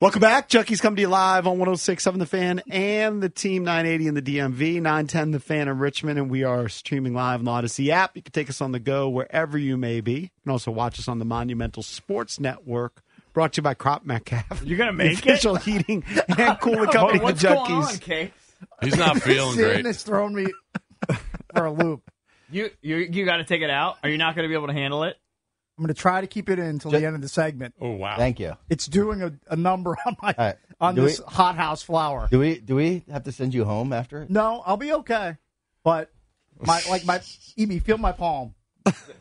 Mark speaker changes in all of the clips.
Speaker 1: Welcome back. Chucky's coming to you live on 1067 The Fan and the Team 980 in the DMV, 910 The Fan in Richmond. And we are streaming live on the Odyssey app. You can take us on the go wherever you may be. You can also watch us on the Monumental Sports Network, brought to you by Crop Metcalf.
Speaker 2: You're gonna make
Speaker 1: the
Speaker 2: it?
Speaker 1: official heating and cooling
Speaker 2: But
Speaker 1: company,
Speaker 2: what's
Speaker 1: the
Speaker 2: going on,
Speaker 1: Junkies.
Speaker 2: Case?
Speaker 3: He's not feeling
Speaker 4: Sitting
Speaker 3: great.
Speaker 4: has thrown me for a loop.
Speaker 2: You you you got to take it out. Are you not going to be able to handle it?
Speaker 4: I'm going to try to keep it in until the end of the segment.
Speaker 3: Oh wow!
Speaker 5: Thank you.
Speaker 4: It's doing a, a number on my
Speaker 5: All right.
Speaker 4: on
Speaker 5: Do
Speaker 4: this
Speaker 5: we-
Speaker 4: hothouse flower.
Speaker 5: Do we do we have to send you home after?
Speaker 4: No, I'll be okay. But my like my EB, feel my palm.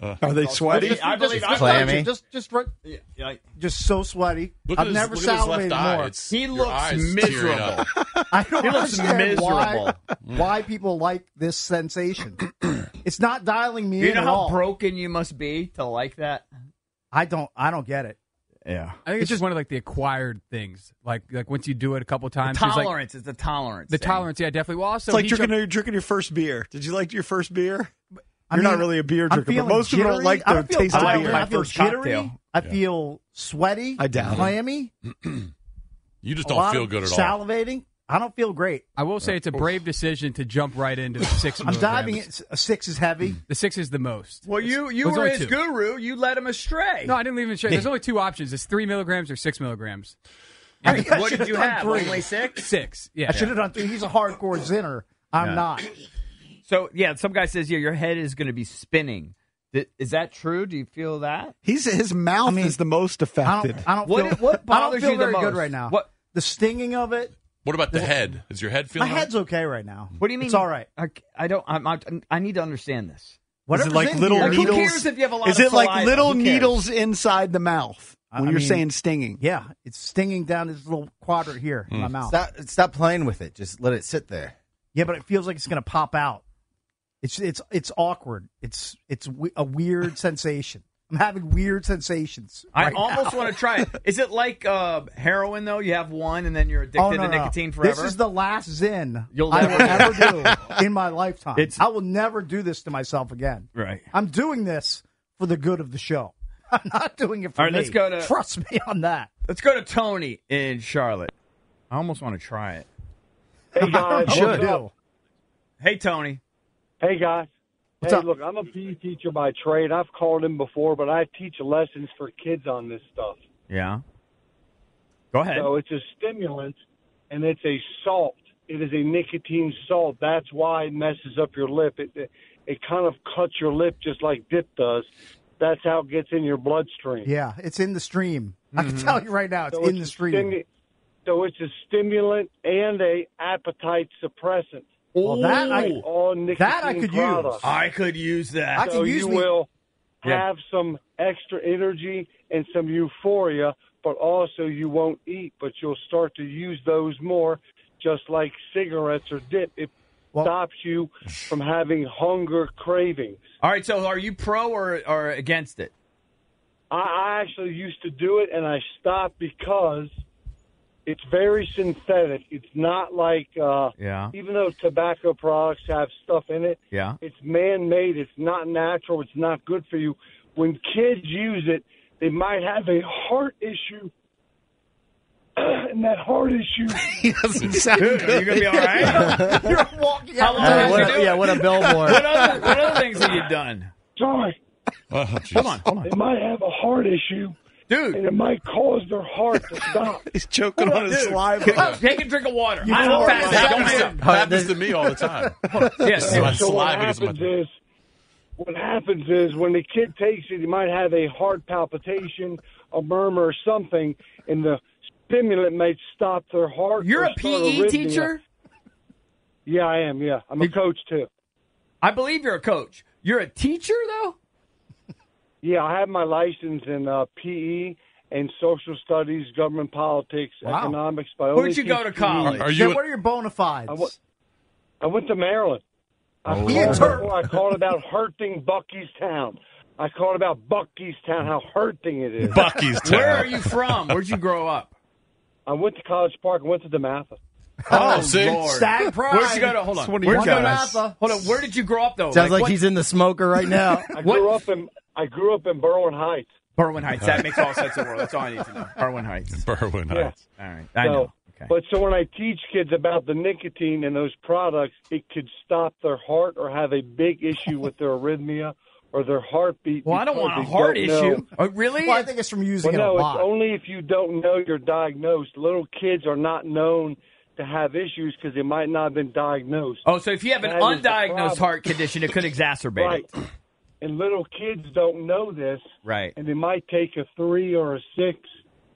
Speaker 1: Are they sweaty?
Speaker 2: I believe I
Speaker 5: Clammy.
Speaker 2: thought
Speaker 5: Amy?
Speaker 4: Just just right-
Speaker 2: you- yeah, yeah.
Speaker 4: just so sweaty.
Speaker 3: Look at
Speaker 4: I've
Speaker 3: his,
Speaker 4: never
Speaker 3: look at his left
Speaker 4: salivated
Speaker 3: eye.
Speaker 4: more.
Speaker 3: It's-
Speaker 2: He
Speaker 3: your
Speaker 2: looks
Speaker 3: eyes tearing
Speaker 2: miserable.
Speaker 3: up.
Speaker 4: I don't
Speaker 2: He looks
Speaker 4: understand why,
Speaker 2: miserable.
Speaker 4: why people like this sensation. it's not dialing me
Speaker 2: Do you
Speaker 4: in
Speaker 2: know
Speaker 4: at
Speaker 2: how
Speaker 4: all.
Speaker 2: broken you must be to like that?
Speaker 4: I don't I don't get it.
Speaker 2: Yeah.
Speaker 6: I think it's, just one of like the acquired things. Like like once you do it a couple times, there's, like
Speaker 2: Tolerance. it's a tolerance.
Speaker 6: the
Speaker 2: thing.
Speaker 6: tolerance. Yeah, definitely. Well, also
Speaker 1: It's like
Speaker 6: he
Speaker 1: drinking,
Speaker 6: jumped-
Speaker 1: you're drinking your first beer. Did you like your first beer? You're
Speaker 4: I
Speaker 1: not
Speaker 4: mean,
Speaker 1: really a beer
Speaker 4: I'm
Speaker 1: drinker, but
Speaker 4: feeling
Speaker 1: most people don't
Speaker 4: jittery.
Speaker 1: like
Speaker 4: I
Speaker 1: the
Speaker 4: don't feel
Speaker 1: taste of
Speaker 4: tired.
Speaker 1: beer.
Speaker 4: I
Speaker 2: My
Speaker 4: feel
Speaker 2: first
Speaker 4: jittery.
Speaker 2: cocktail.
Speaker 4: I feel sweaty.
Speaker 1: I doubt it.
Speaker 4: clammy.
Speaker 3: You just
Speaker 4: a
Speaker 3: don't
Speaker 4: lot
Speaker 3: feel
Speaker 4: of
Speaker 3: good at all.
Speaker 4: Salivating. I don't feel great.
Speaker 6: I will say it's a brave decision to jump right into the six.
Speaker 4: I'm diving.
Speaker 6: milligrams.
Speaker 4: in- A six is heavy.
Speaker 1: Mm.
Speaker 6: The six is the most.
Speaker 2: Well, you you
Speaker 6: There's
Speaker 2: were
Speaker 6: only
Speaker 2: his
Speaker 6: two.
Speaker 2: guru. You led him astray.
Speaker 6: No, I didn't even show. There's only two options. It's three milligrams or six milligrams.
Speaker 2: Right. what did you
Speaker 4: I'm
Speaker 2: have?
Speaker 4: three.
Speaker 2: Only six.
Speaker 6: Six. Yeah.
Speaker 4: I should have done three. He's a hardcore zinner. I'm not.
Speaker 2: So yeah, some guy says yeah, your head is going to be spinning. Th- Is that true? Do you feel that?
Speaker 1: He's, his mouth is the most
Speaker 4: I
Speaker 1: affected.
Speaker 4: don't. I don't
Speaker 2: What-
Speaker 4: feel.
Speaker 2: what bothers
Speaker 4: I don't feel
Speaker 2: you the
Speaker 4: very good
Speaker 2: most?
Speaker 4: right now.
Speaker 2: What-
Speaker 4: the stinging of it?
Speaker 3: What about the head? Is your head
Speaker 4: My
Speaker 3: feeling?
Speaker 4: head's okay right now.
Speaker 2: Uh-huh. What do you mean?
Speaker 4: It's all right.
Speaker 2: I, I don't. I'm, I, I need to understand this.
Speaker 1: Is it
Speaker 4: Whatever's
Speaker 1: like
Speaker 4: in
Speaker 1: little
Speaker 4: here-
Speaker 2: Like, who
Speaker 1: needles?
Speaker 2: cares if you have a lot
Speaker 1: is
Speaker 2: of
Speaker 1: it like
Speaker 2: saliva?
Speaker 1: little
Speaker 2: Who cares?
Speaker 1: needles inside the mouth
Speaker 4: I-
Speaker 1: when
Speaker 4: I
Speaker 1: you're
Speaker 4: mean-
Speaker 1: saying stinging?
Speaker 4: Yeah, it's stinging down this little quadrant here
Speaker 1: Hmm.
Speaker 4: in my mouth.
Speaker 5: Stop stop playing with it. Just let it sit there.
Speaker 4: yeah, but it feels like it's gonna pop out. It's it's it's awkward. It's it's w- a weird sensation. I'm having weird sensations.
Speaker 2: I
Speaker 4: right
Speaker 2: almost
Speaker 4: now.
Speaker 2: want to try it. Is it like uh, heroin though? You have one and then you're addicted
Speaker 4: oh, no,
Speaker 2: to
Speaker 4: no, no.
Speaker 2: nicotine forever.
Speaker 4: This is the last zin
Speaker 2: You'll
Speaker 4: I will
Speaker 2: never
Speaker 4: ever do in my lifetime.
Speaker 2: It's-
Speaker 4: I will never do this to myself again.
Speaker 2: right.
Speaker 4: I'm doing this for the good of the show. I'm not doing it for
Speaker 2: All right,
Speaker 4: me.
Speaker 2: let's go to-
Speaker 4: Trust me on that.
Speaker 2: Let's go to Tony in Charlotte. I almost want to try it.
Speaker 7: Hey guys,
Speaker 4: I will do.
Speaker 2: Hey Tony.
Speaker 7: hey guys.
Speaker 4: What's
Speaker 7: hey,
Speaker 4: up?
Speaker 7: look, I'm a PE teacher by trade. I've called in before, but I teach lessons for kids on this stuff.
Speaker 2: Yeah. Go ahead.
Speaker 7: So it's a stimulant, and it's a salt. It is a nicotine salt. That's why it messes up your lip. It it, it kind of cuts your lip just like dip does. That's how it gets in your bloodstream.
Speaker 4: Yeah, it's in the stream. I
Speaker 2: Mm-hmm.
Speaker 4: can tell you right now, it's in the
Speaker 7: a
Speaker 4: stream.
Speaker 7: stimu- so it's a stimulant and a appetite suppressant.
Speaker 4: Well, that I-
Speaker 2: Ooh.
Speaker 7: All nicotine
Speaker 4: That I could use.
Speaker 7: products.
Speaker 2: I could use that.
Speaker 4: I could
Speaker 7: so
Speaker 4: use
Speaker 7: you
Speaker 4: the-
Speaker 7: will
Speaker 2: Yeah.
Speaker 7: have some extra energy and some euphoria, but also you won't eat, but you'll start to use those more, just like cigarettes or dip. It
Speaker 4: Well-
Speaker 7: stops you from having hunger cravings.
Speaker 2: All right. So are you pro or, or against it?
Speaker 7: I, I actually used to do it, and I stopped because it's very synthetic. It's not like uh,
Speaker 2: Yeah.
Speaker 7: even though tobacco products have stuff in it,
Speaker 2: Yeah.
Speaker 7: it's man made, it's not natural, it's not good for you. When kids use it, they might have a heart issue. and that heart issue
Speaker 1: He doesn't sound
Speaker 2: Dude, are
Speaker 1: good.
Speaker 2: you gonna be all right?
Speaker 4: You're walking
Speaker 2: How
Speaker 4: out.
Speaker 2: long have
Speaker 5: what
Speaker 2: you
Speaker 5: a-
Speaker 2: done?
Speaker 5: yeah, what a billboard.
Speaker 2: What other, what other things have you done?
Speaker 7: sorry,
Speaker 3: Oh,
Speaker 2: Hold on, hold on,
Speaker 7: they might have a heart issue and
Speaker 2: dude.
Speaker 7: it might cause their heart to stop.
Speaker 1: He's choking on his
Speaker 2: Dude,
Speaker 1: saliva.
Speaker 2: Take a drink of water.
Speaker 4: You
Speaker 2: I
Speaker 4: know
Speaker 2: don't
Speaker 4: what
Speaker 2: fast.
Speaker 4: I'm
Speaker 2: I don't
Speaker 3: happens,
Speaker 2: fast.
Speaker 3: to, happens to me all the time.
Speaker 2: Yes.
Speaker 3: So I
Speaker 7: so what
Speaker 3: saliva gets in my
Speaker 7: happens is what happens is when the kid takes it, he might have a heart palpitation, a murmur, or something, and the stimulant may stop their heart.
Speaker 2: You're
Speaker 7: or
Speaker 2: a
Speaker 7: start
Speaker 2: PE
Speaker 7: arrhythmia.
Speaker 2: teacher?
Speaker 7: Yeah, I am. Yeah, I'm a coach too.
Speaker 2: I believe you're a coach. You're a teacher, though?
Speaker 7: Yeah, I have my license in uh, PE and social studies, government politics,
Speaker 4: Wow.
Speaker 7: economics. But I
Speaker 2: Where'd
Speaker 7: only
Speaker 2: you go
Speaker 7: teach
Speaker 2: to
Speaker 7: PE.
Speaker 2: college?
Speaker 3: Are
Speaker 4: Then
Speaker 3: you?
Speaker 4: what are your bona fides?
Speaker 7: I wa- I went to Maryland. I,
Speaker 3: Oh.
Speaker 7: called
Speaker 4: He is hurt.
Speaker 7: before, I called about hurting Bucky's Town. I called about Bucky's Town, how hurting it is.
Speaker 3: Bucky's town.
Speaker 2: Where are you from? Where'd you grow up?
Speaker 7: I went to College Park. I went to DeMatha.
Speaker 3: Oh, see?
Speaker 4: Stag pride.
Speaker 2: Where'd you go to? Hold on.
Speaker 1: It's one of
Speaker 2: Where'd
Speaker 1: your
Speaker 2: you go to-
Speaker 1: guys.
Speaker 2: Hold on. Where did you grow up, though?
Speaker 5: Sounds like,
Speaker 2: what-
Speaker 5: he's in the smoker right now.
Speaker 7: I
Speaker 2: What-
Speaker 7: grew up in I grew up in Berwyn Heights.
Speaker 2: Berwyn Heights. That makes all sense in the world. That's all I need to know. Berwyn Heights.
Speaker 3: Berwyn
Speaker 7: Yeah.
Speaker 3: Heights.
Speaker 2: All right. I
Speaker 7: So,
Speaker 2: know. Okay.
Speaker 7: But so when I teach kids about the nicotine in those products, it could stop their heart or have a big issue with their arrhythmia or their heartbeat.
Speaker 2: Well, I don't
Speaker 7: because
Speaker 2: want a
Speaker 7: they
Speaker 2: heart
Speaker 7: don't know-
Speaker 2: issue. Oh, really?
Speaker 4: Well, I think it's from using
Speaker 7: Well,
Speaker 4: it a
Speaker 7: no,
Speaker 4: lot.
Speaker 7: it's only if you don't know you're diagnosed. Little kids are not known to have issues because they might not have been diagnosed.
Speaker 2: oh, so if you have an
Speaker 7: That is the
Speaker 2: undiagnosed
Speaker 7: problem.
Speaker 2: heart condition, it could exacerbate
Speaker 7: right.
Speaker 2: it.
Speaker 7: And little kids don't know this,
Speaker 2: Right.
Speaker 7: and they might take a three or a six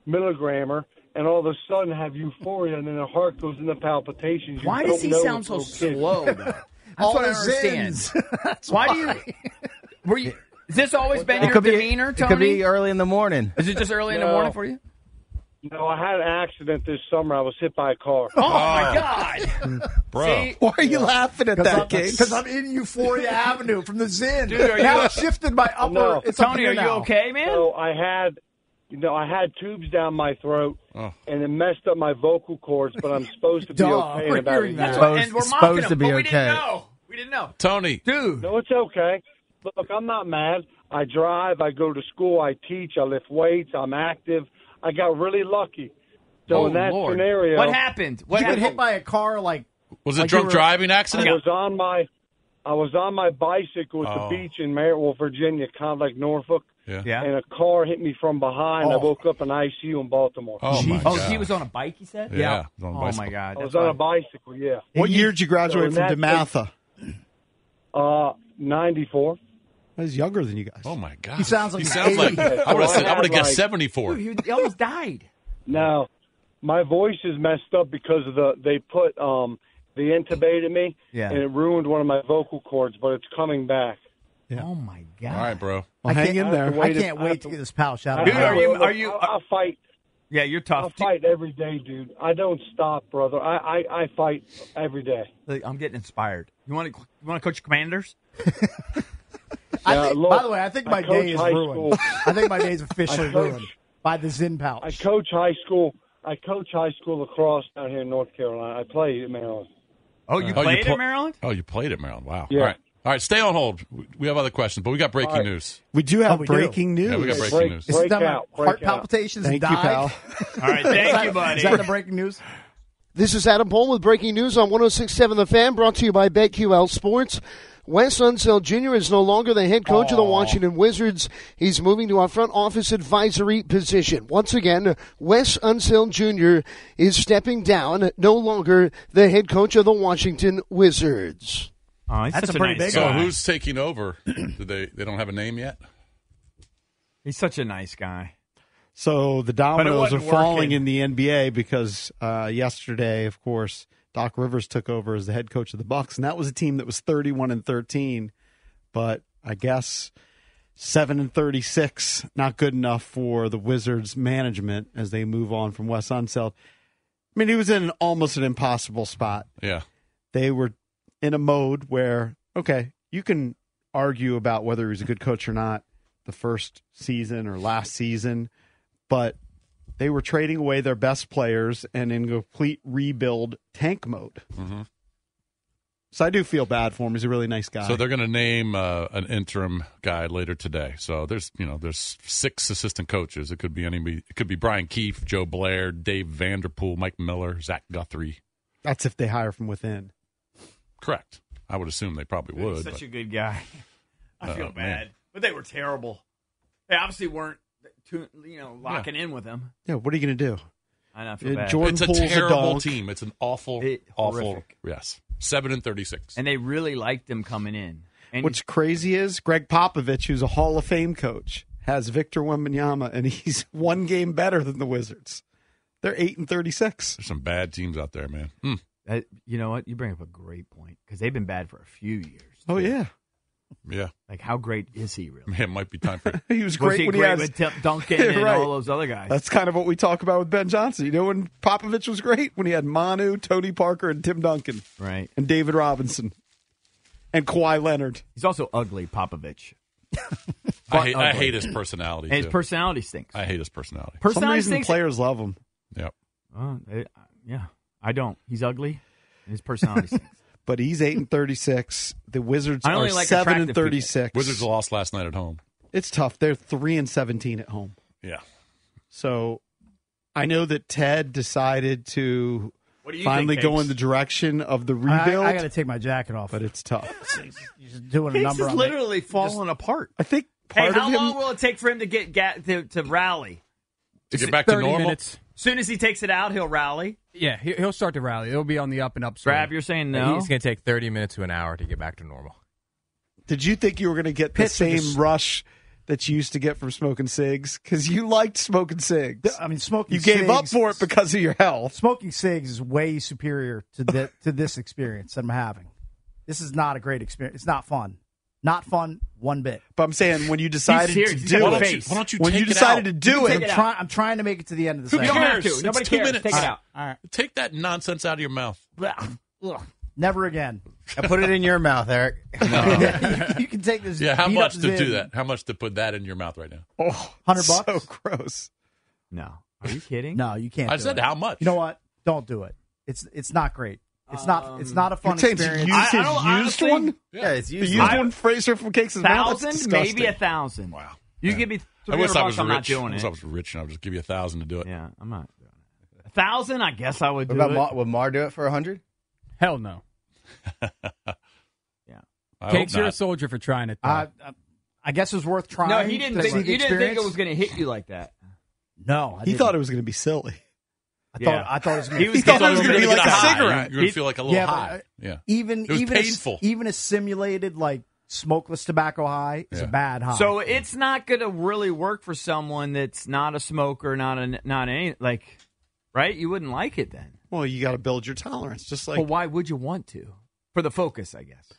Speaker 7: milligrammer. And all of a sudden, have euphoria, and then the heart goes into palpitations. You
Speaker 2: Why
Speaker 7: don't
Speaker 2: does he
Speaker 7: know
Speaker 2: sound so
Speaker 7: with little kids.
Speaker 2: slow, though? That's what I
Speaker 4: the zins.
Speaker 2: understand. why, do you? Were you? Has this always been your
Speaker 5: could be-
Speaker 2: demeanor,
Speaker 5: It
Speaker 2: Tony?
Speaker 5: could be early in the morning.
Speaker 2: Is it just early in the
Speaker 7: No.
Speaker 2: morning for you?
Speaker 7: No, I had an accident this summer. I was hit by a car.
Speaker 2: Oh, my God!
Speaker 3: Bro.
Speaker 2: See,
Speaker 1: Why are you laughing at that, King?
Speaker 4: Because I'm in Euphoria Avenue from the Zin.
Speaker 2: are you- Oh,
Speaker 4: now I've shifted my upper.
Speaker 7: No.
Speaker 4: It's up
Speaker 2: Tony,
Speaker 4: here
Speaker 2: are you
Speaker 4: now.
Speaker 2: okay, man?
Speaker 7: So I had, you know, I had tubes down my throat,
Speaker 3: Oh.
Speaker 7: and it messed up my vocal cords. But I'm supposed to be
Speaker 4: Duh,
Speaker 7: okay in
Speaker 4: we're
Speaker 7: about a
Speaker 4: hearing
Speaker 7: year.
Speaker 4: that.
Speaker 5: Supposed-
Speaker 2: and we're
Speaker 5: supposed
Speaker 2: mocking him,
Speaker 5: to be
Speaker 2: but we
Speaker 5: okay.
Speaker 2: didn't know. We didn't know,
Speaker 3: Tony.
Speaker 2: dude.
Speaker 7: No, Oh, it's okay. Look, I'm not mad. I drive. I go to school. I teach. I lift weights. I'm active. I got really lucky. So
Speaker 2: Oh,
Speaker 7: in that
Speaker 2: Lord.
Speaker 7: scenario,
Speaker 2: What happened? What
Speaker 4: You got
Speaker 2: happened?
Speaker 4: hit by a car like oh
Speaker 3: Was it
Speaker 4: Like you
Speaker 3: drunk
Speaker 4: were-
Speaker 3: driving
Speaker 7: I
Speaker 3: accident?
Speaker 7: was on my, I was on my bicycle at
Speaker 3: Oh.
Speaker 7: the beach in Maryville, Virginia, kind of like Norfolk.
Speaker 3: Yeah.
Speaker 7: And a car hit me from behind. I woke up in ICU in Baltimore.
Speaker 3: Oh, my
Speaker 2: Oh,
Speaker 3: God.
Speaker 2: he was on a bike. He said,
Speaker 3: Yeah, Yeah. he was on a
Speaker 2: Oh my
Speaker 3: bicycle.
Speaker 2: God!
Speaker 7: I was
Speaker 2: that's
Speaker 7: on
Speaker 2: why-
Speaker 7: a bicycle. Yeah.
Speaker 1: What year did you graduate
Speaker 7: So
Speaker 1: from
Speaker 7: in that case-
Speaker 1: DeMatha?
Speaker 7: Uh, 94.
Speaker 1: I was younger than you guys.
Speaker 3: Oh my God!
Speaker 4: He sounds like
Speaker 3: he
Speaker 4: an
Speaker 3: sounds like.
Speaker 4: 80.
Speaker 3: I would have said. I would have guessed
Speaker 7: Like-
Speaker 3: seventy four.
Speaker 2: Dude, he almost died.
Speaker 7: Now, my voice is messed up because of the they put um they intubated me
Speaker 2: Yeah.
Speaker 7: and it ruined one of my vocal cords, but it's coming back.
Speaker 2: Oh my
Speaker 3: All
Speaker 2: God!
Speaker 3: right, bro.
Speaker 1: Well, hang in
Speaker 7: I
Speaker 1: there.
Speaker 7: have to
Speaker 4: I
Speaker 7: wait
Speaker 4: can't
Speaker 7: I have
Speaker 4: wait to
Speaker 7: to-
Speaker 4: get this pouch out.
Speaker 2: Dude,
Speaker 4: of
Speaker 7: I-
Speaker 4: my
Speaker 2: are you-
Speaker 7: I'll-
Speaker 2: are you-
Speaker 7: I'll, I'll fight.
Speaker 2: Yeah, you're
Speaker 7: I'll
Speaker 2: tough.
Speaker 7: fight every day, dude. I don't stop, brother. I I, I fight every day.
Speaker 2: Look, I'm getting inspired. You want to? You want to coach Commanders?
Speaker 4: I
Speaker 7: Yeah,
Speaker 4: think,
Speaker 7: look,
Speaker 4: by the way, I think
Speaker 7: I
Speaker 4: my
Speaker 7: coach
Speaker 4: day is
Speaker 7: high school.
Speaker 4: ruined. I think my day is officially
Speaker 7: I coach-
Speaker 4: ruined by the Zin pouch.
Speaker 7: I coach high school. I coach high school lacrosse down here in North Carolina. I play at Maryland.
Speaker 2: Oh, you
Speaker 3: Oh,
Speaker 2: played
Speaker 3: pl-
Speaker 2: in Maryland?
Speaker 3: Oh, you played at Maryland. Wow.
Speaker 7: Yeah.
Speaker 3: All right. All right. Stay on hold. We- We have other questions, but we got breaking
Speaker 7: All right.
Speaker 3: news.
Speaker 1: We do have
Speaker 4: we do.
Speaker 1: breaking news.
Speaker 3: Yeah, we got breaking
Speaker 7: break-
Speaker 3: news.
Speaker 4: Is this
Speaker 7: break
Speaker 4: done my
Speaker 7: out, break
Speaker 4: heart
Speaker 7: out.
Speaker 4: palpitations
Speaker 1: Thank
Speaker 4: died?
Speaker 1: you, pal.
Speaker 2: All right, thank you,
Speaker 4: Is
Speaker 2: buddy.
Speaker 4: that the breaking news?
Speaker 8: This is Adam Pohl with breaking news on 1067 The Fan, brought to you by E BetQL Sports. Wes Unseld Jr. is no longer the head coach of the Washington Wizards. He's moving to a front office advisory position. Once again, Wes Unseld Jr. is stepping down, no longer the head coach of the Washington Wizards.
Speaker 2: Oh, he's
Speaker 4: That's
Speaker 2: such
Speaker 4: a pretty
Speaker 2: nice
Speaker 4: big
Speaker 3: So
Speaker 2: guy.
Speaker 3: who's taking over? Do they? They don't have a name yet.
Speaker 2: He's such a nice guy.
Speaker 1: So the dominoes are
Speaker 2: wasn't
Speaker 1: falling
Speaker 2: working.
Speaker 1: in the NBA because uh, yesterday, of course, Doc Rivers took over as the head coach of the Bucks, and that was a team that was 31 and 13, but I guess 7 and 36 not good enough for the Wizards management as they move on from Wes Unseld. I mean, he was in an, almost an impossible spot
Speaker 3: Yeah.
Speaker 1: they were in a mode where okay, you can argue about whether he was a good coach or not the first season or last season, but they were trading away their best players and in complete rebuild tank mode.
Speaker 3: Mhm.
Speaker 1: So I do feel bad for him. He's a really nice guy.
Speaker 3: So they're going to name uh, an interim guy later today. So there's you know there's six assistant coaches. It could be anybody. It could be Brian Keefe, Joe Blair, Dave Vanderpool, Mike Miller, Zach Guthrie.
Speaker 1: That's if they hire from within.
Speaker 3: Correct. I would assume they probably would.
Speaker 2: He's such
Speaker 3: but-
Speaker 2: a good guy. I feel
Speaker 3: Oh,
Speaker 2: bad,
Speaker 3: man.
Speaker 2: but they were terrible. They obviously weren't, tu- you know, locking in with him.
Speaker 1: Yeah, what are you going to do?
Speaker 2: I know, I feel
Speaker 1: Uh,
Speaker 2: bad.
Speaker 1: Jordan
Speaker 3: it's a
Speaker 1: Poole's a
Speaker 3: terrible
Speaker 1: dog.
Speaker 3: team. It's an awful,
Speaker 2: It-
Speaker 3: awful.
Speaker 2: horrific.
Speaker 3: Yes, seven and thirty-six.
Speaker 2: and they really liked him coming in. And
Speaker 1: What's crazy is Greg Popovich, who's a Hall of Fame coach, has Victor Wembanyama, and he's one game better than the Wizards. They're eight and thirty-six.
Speaker 3: There's some bad teams out there, man. Hmm.
Speaker 2: Uh, you know what? You bring up a great point because they've been bad for a few years.
Speaker 1: Oh yeah,
Speaker 3: Yeah,
Speaker 2: Like, how great is he really?
Speaker 3: man, it might be time for.
Speaker 1: he was great
Speaker 2: Was he
Speaker 1: when
Speaker 2: great
Speaker 1: he has
Speaker 2: with Tim Duncan and
Speaker 1: Right.
Speaker 2: all those other guys?
Speaker 1: That's kind of what we talk about with Ben Johnson. You know, when Popovich was great, when he had Manu, Tony Parker, and Tim Duncan,
Speaker 2: right.
Speaker 1: and David Robinson, and Kawhi Leonard.
Speaker 2: He's also ugly, Popovich.
Speaker 3: I hate, I
Speaker 2: ugly.
Speaker 3: hate his personality.
Speaker 2: And his
Speaker 3: too.
Speaker 2: personality stinks.
Speaker 3: I hate his personality.
Speaker 1: For some
Speaker 2: personality
Speaker 1: reason,
Speaker 2: stinks.
Speaker 1: players love him.
Speaker 3: Yep.
Speaker 2: Uh, it- uh, yeah, I don't. He's ugly. And his personality stinks.
Speaker 1: But he's eight and thirty-six. The Wizards
Speaker 2: I only
Speaker 1: are
Speaker 2: like
Speaker 1: seven
Speaker 2: attractive
Speaker 1: and
Speaker 2: people.
Speaker 1: thirty-six.
Speaker 3: Wizards lost last night at home.
Speaker 1: It's tough. They're three and seventeen at home.
Speaker 3: Yeah.
Speaker 1: So I know that Ted decided to
Speaker 2: What do you
Speaker 1: finally
Speaker 2: think,
Speaker 1: go
Speaker 2: Capes?
Speaker 1: in the direction of the
Speaker 4: I-
Speaker 1: rebuild,
Speaker 4: I, got to take my jacket off.
Speaker 1: but it's tough.
Speaker 4: You're just doing a
Speaker 2: Case
Speaker 4: number
Speaker 2: is
Speaker 4: on me.
Speaker 2: literally falling apart.
Speaker 1: I think
Speaker 2: Hey,
Speaker 1: part
Speaker 2: how
Speaker 1: of him.
Speaker 2: long will it take for him to get ga- to, to rally?
Speaker 3: To
Speaker 6: Is
Speaker 3: get
Speaker 6: it
Speaker 3: back to
Speaker 6: 30
Speaker 3: normal.
Speaker 6: minutes?
Speaker 2: Soon as he takes it out, he'll rally.
Speaker 6: Yeah, he- he'll start to rally. It'll be on the up and up. swing.
Speaker 2: Grab, you're saying no.
Speaker 9: It's going to take 30 minutes to an hour to get back to normal.
Speaker 1: did you think you were going to get the
Speaker 4: Pitch
Speaker 1: same
Speaker 4: of the-
Speaker 1: rush that you used to get from smoking cigs? Because you liked smoking cigs.
Speaker 2: um,
Speaker 4: I mean, smoking.
Speaker 1: you gave up
Speaker 4: cigs-
Speaker 1: for it because of your health.
Speaker 4: smoking cigs is way superior to the, to this experience that I'm having. This is not a great experience. It's not fun. Not fun one bit.
Speaker 1: But I'm saying when you decided
Speaker 2: serious.
Speaker 1: to
Speaker 2: He's
Speaker 1: do
Speaker 2: got a
Speaker 1: it,
Speaker 2: face.
Speaker 3: Why don't you
Speaker 1: when
Speaker 3: take
Speaker 1: you
Speaker 3: it
Speaker 1: decided to
Speaker 3: out?
Speaker 1: do
Speaker 2: take
Speaker 1: it,
Speaker 2: it
Speaker 4: I'm,
Speaker 2: out.
Speaker 4: try- I'm trying to make it to the end of the
Speaker 2: You
Speaker 4: segment.
Speaker 2: don't have
Speaker 3: cares?
Speaker 2: to.
Speaker 3: It's
Speaker 2: Nobody
Speaker 3: two
Speaker 2: cares.
Speaker 3: minutes.
Speaker 2: Take it out.
Speaker 4: All right.
Speaker 3: Take that nonsense out of your mouth.
Speaker 4: Ugh. Never again.
Speaker 5: I put it in your mouth, Eric.
Speaker 4: you, you can take this.
Speaker 3: Yeah, how
Speaker 4: beat
Speaker 3: much to
Speaker 4: up Zin,
Speaker 3: do that? How much to put that in your mouth right now?
Speaker 1: oh,
Speaker 4: 100 bucks?
Speaker 1: So gross.
Speaker 2: No. Are you kidding?
Speaker 4: No, you can't.
Speaker 3: I
Speaker 4: do
Speaker 3: said
Speaker 4: it.
Speaker 3: how much.
Speaker 4: You know what? Don't do it. It's it's not great. It's not
Speaker 2: Um,
Speaker 4: it's not a
Speaker 1: You're
Speaker 4: fun
Speaker 1: saying to
Speaker 4: experience.
Speaker 1: use
Speaker 2: I- I
Speaker 1: his
Speaker 2: don't-
Speaker 1: used
Speaker 2: honestly,
Speaker 1: one?
Speaker 5: Yeah, it's
Speaker 1: The
Speaker 5: used.
Speaker 1: used
Speaker 5: I,
Speaker 1: one Fraser from Cakes and
Speaker 2: Thousand, maybe a thousand. Wow. You give me
Speaker 3: I
Speaker 2: three
Speaker 3: wish
Speaker 2: hundred
Speaker 3: I was
Speaker 2: bucks, I'm
Speaker 3: rich.
Speaker 2: not doing
Speaker 3: I wish
Speaker 2: it.
Speaker 3: I was rich, and I would just give you a thousand to do it.
Speaker 2: Yeah, I'm not doing it. A thousand, I guess I would
Speaker 5: what
Speaker 2: do
Speaker 5: about
Speaker 2: it.
Speaker 5: Ma, would Mar do it for a hundred?
Speaker 6: Hell no.
Speaker 3: I hope
Speaker 6: Cakes, you're a
Speaker 3: not.
Speaker 6: soldier for trying it. Though.
Speaker 4: I, I, Uh, I guess it's worth trying.
Speaker 2: no, he didn't.
Speaker 4: to
Speaker 2: Think,
Speaker 4: see
Speaker 2: you
Speaker 4: the
Speaker 2: didn't think it
Speaker 4: experience.
Speaker 2: was going to hit you like that.
Speaker 4: No, I
Speaker 1: He
Speaker 4: didn't.
Speaker 1: thought it was going to be silly.
Speaker 4: I thought
Speaker 2: Yeah.
Speaker 4: I thought it was. Gonna
Speaker 2: He
Speaker 4: be-
Speaker 2: was
Speaker 1: He thought it
Speaker 2: getting
Speaker 1: was
Speaker 2: a
Speaker 1: gonna be
Speaker 2: little
Speaker 1: like
Speaker 2: bit
Speaker 1: a
Speaker 2: high.
Speaker 1: cigarette.
Speaker 3: You're gonna
Speaker 2: He-
Speaker 3: feel like a little
Speaker 4: Yeah, but,
Speaker 3: high.
Speaker 4: uh,
Speaker 3: yeah.
Speaker 4: even
Speaker 3: It was
Speaker 4: even
Speaker 3: painful.
Speaker 4: A, even a simulated like smokeless tobacco high is
Speaker 3: Yeah.
Speaker 4: a bad high.
Speaker 2: So it's not going to really work for someone that's not a smoker, not a not any like, right? You wouldn't like it then.
Speaker 1: Well, you got to build your tolerance, just like
Speaker 2: well, why would you want to? For the focus, I guess.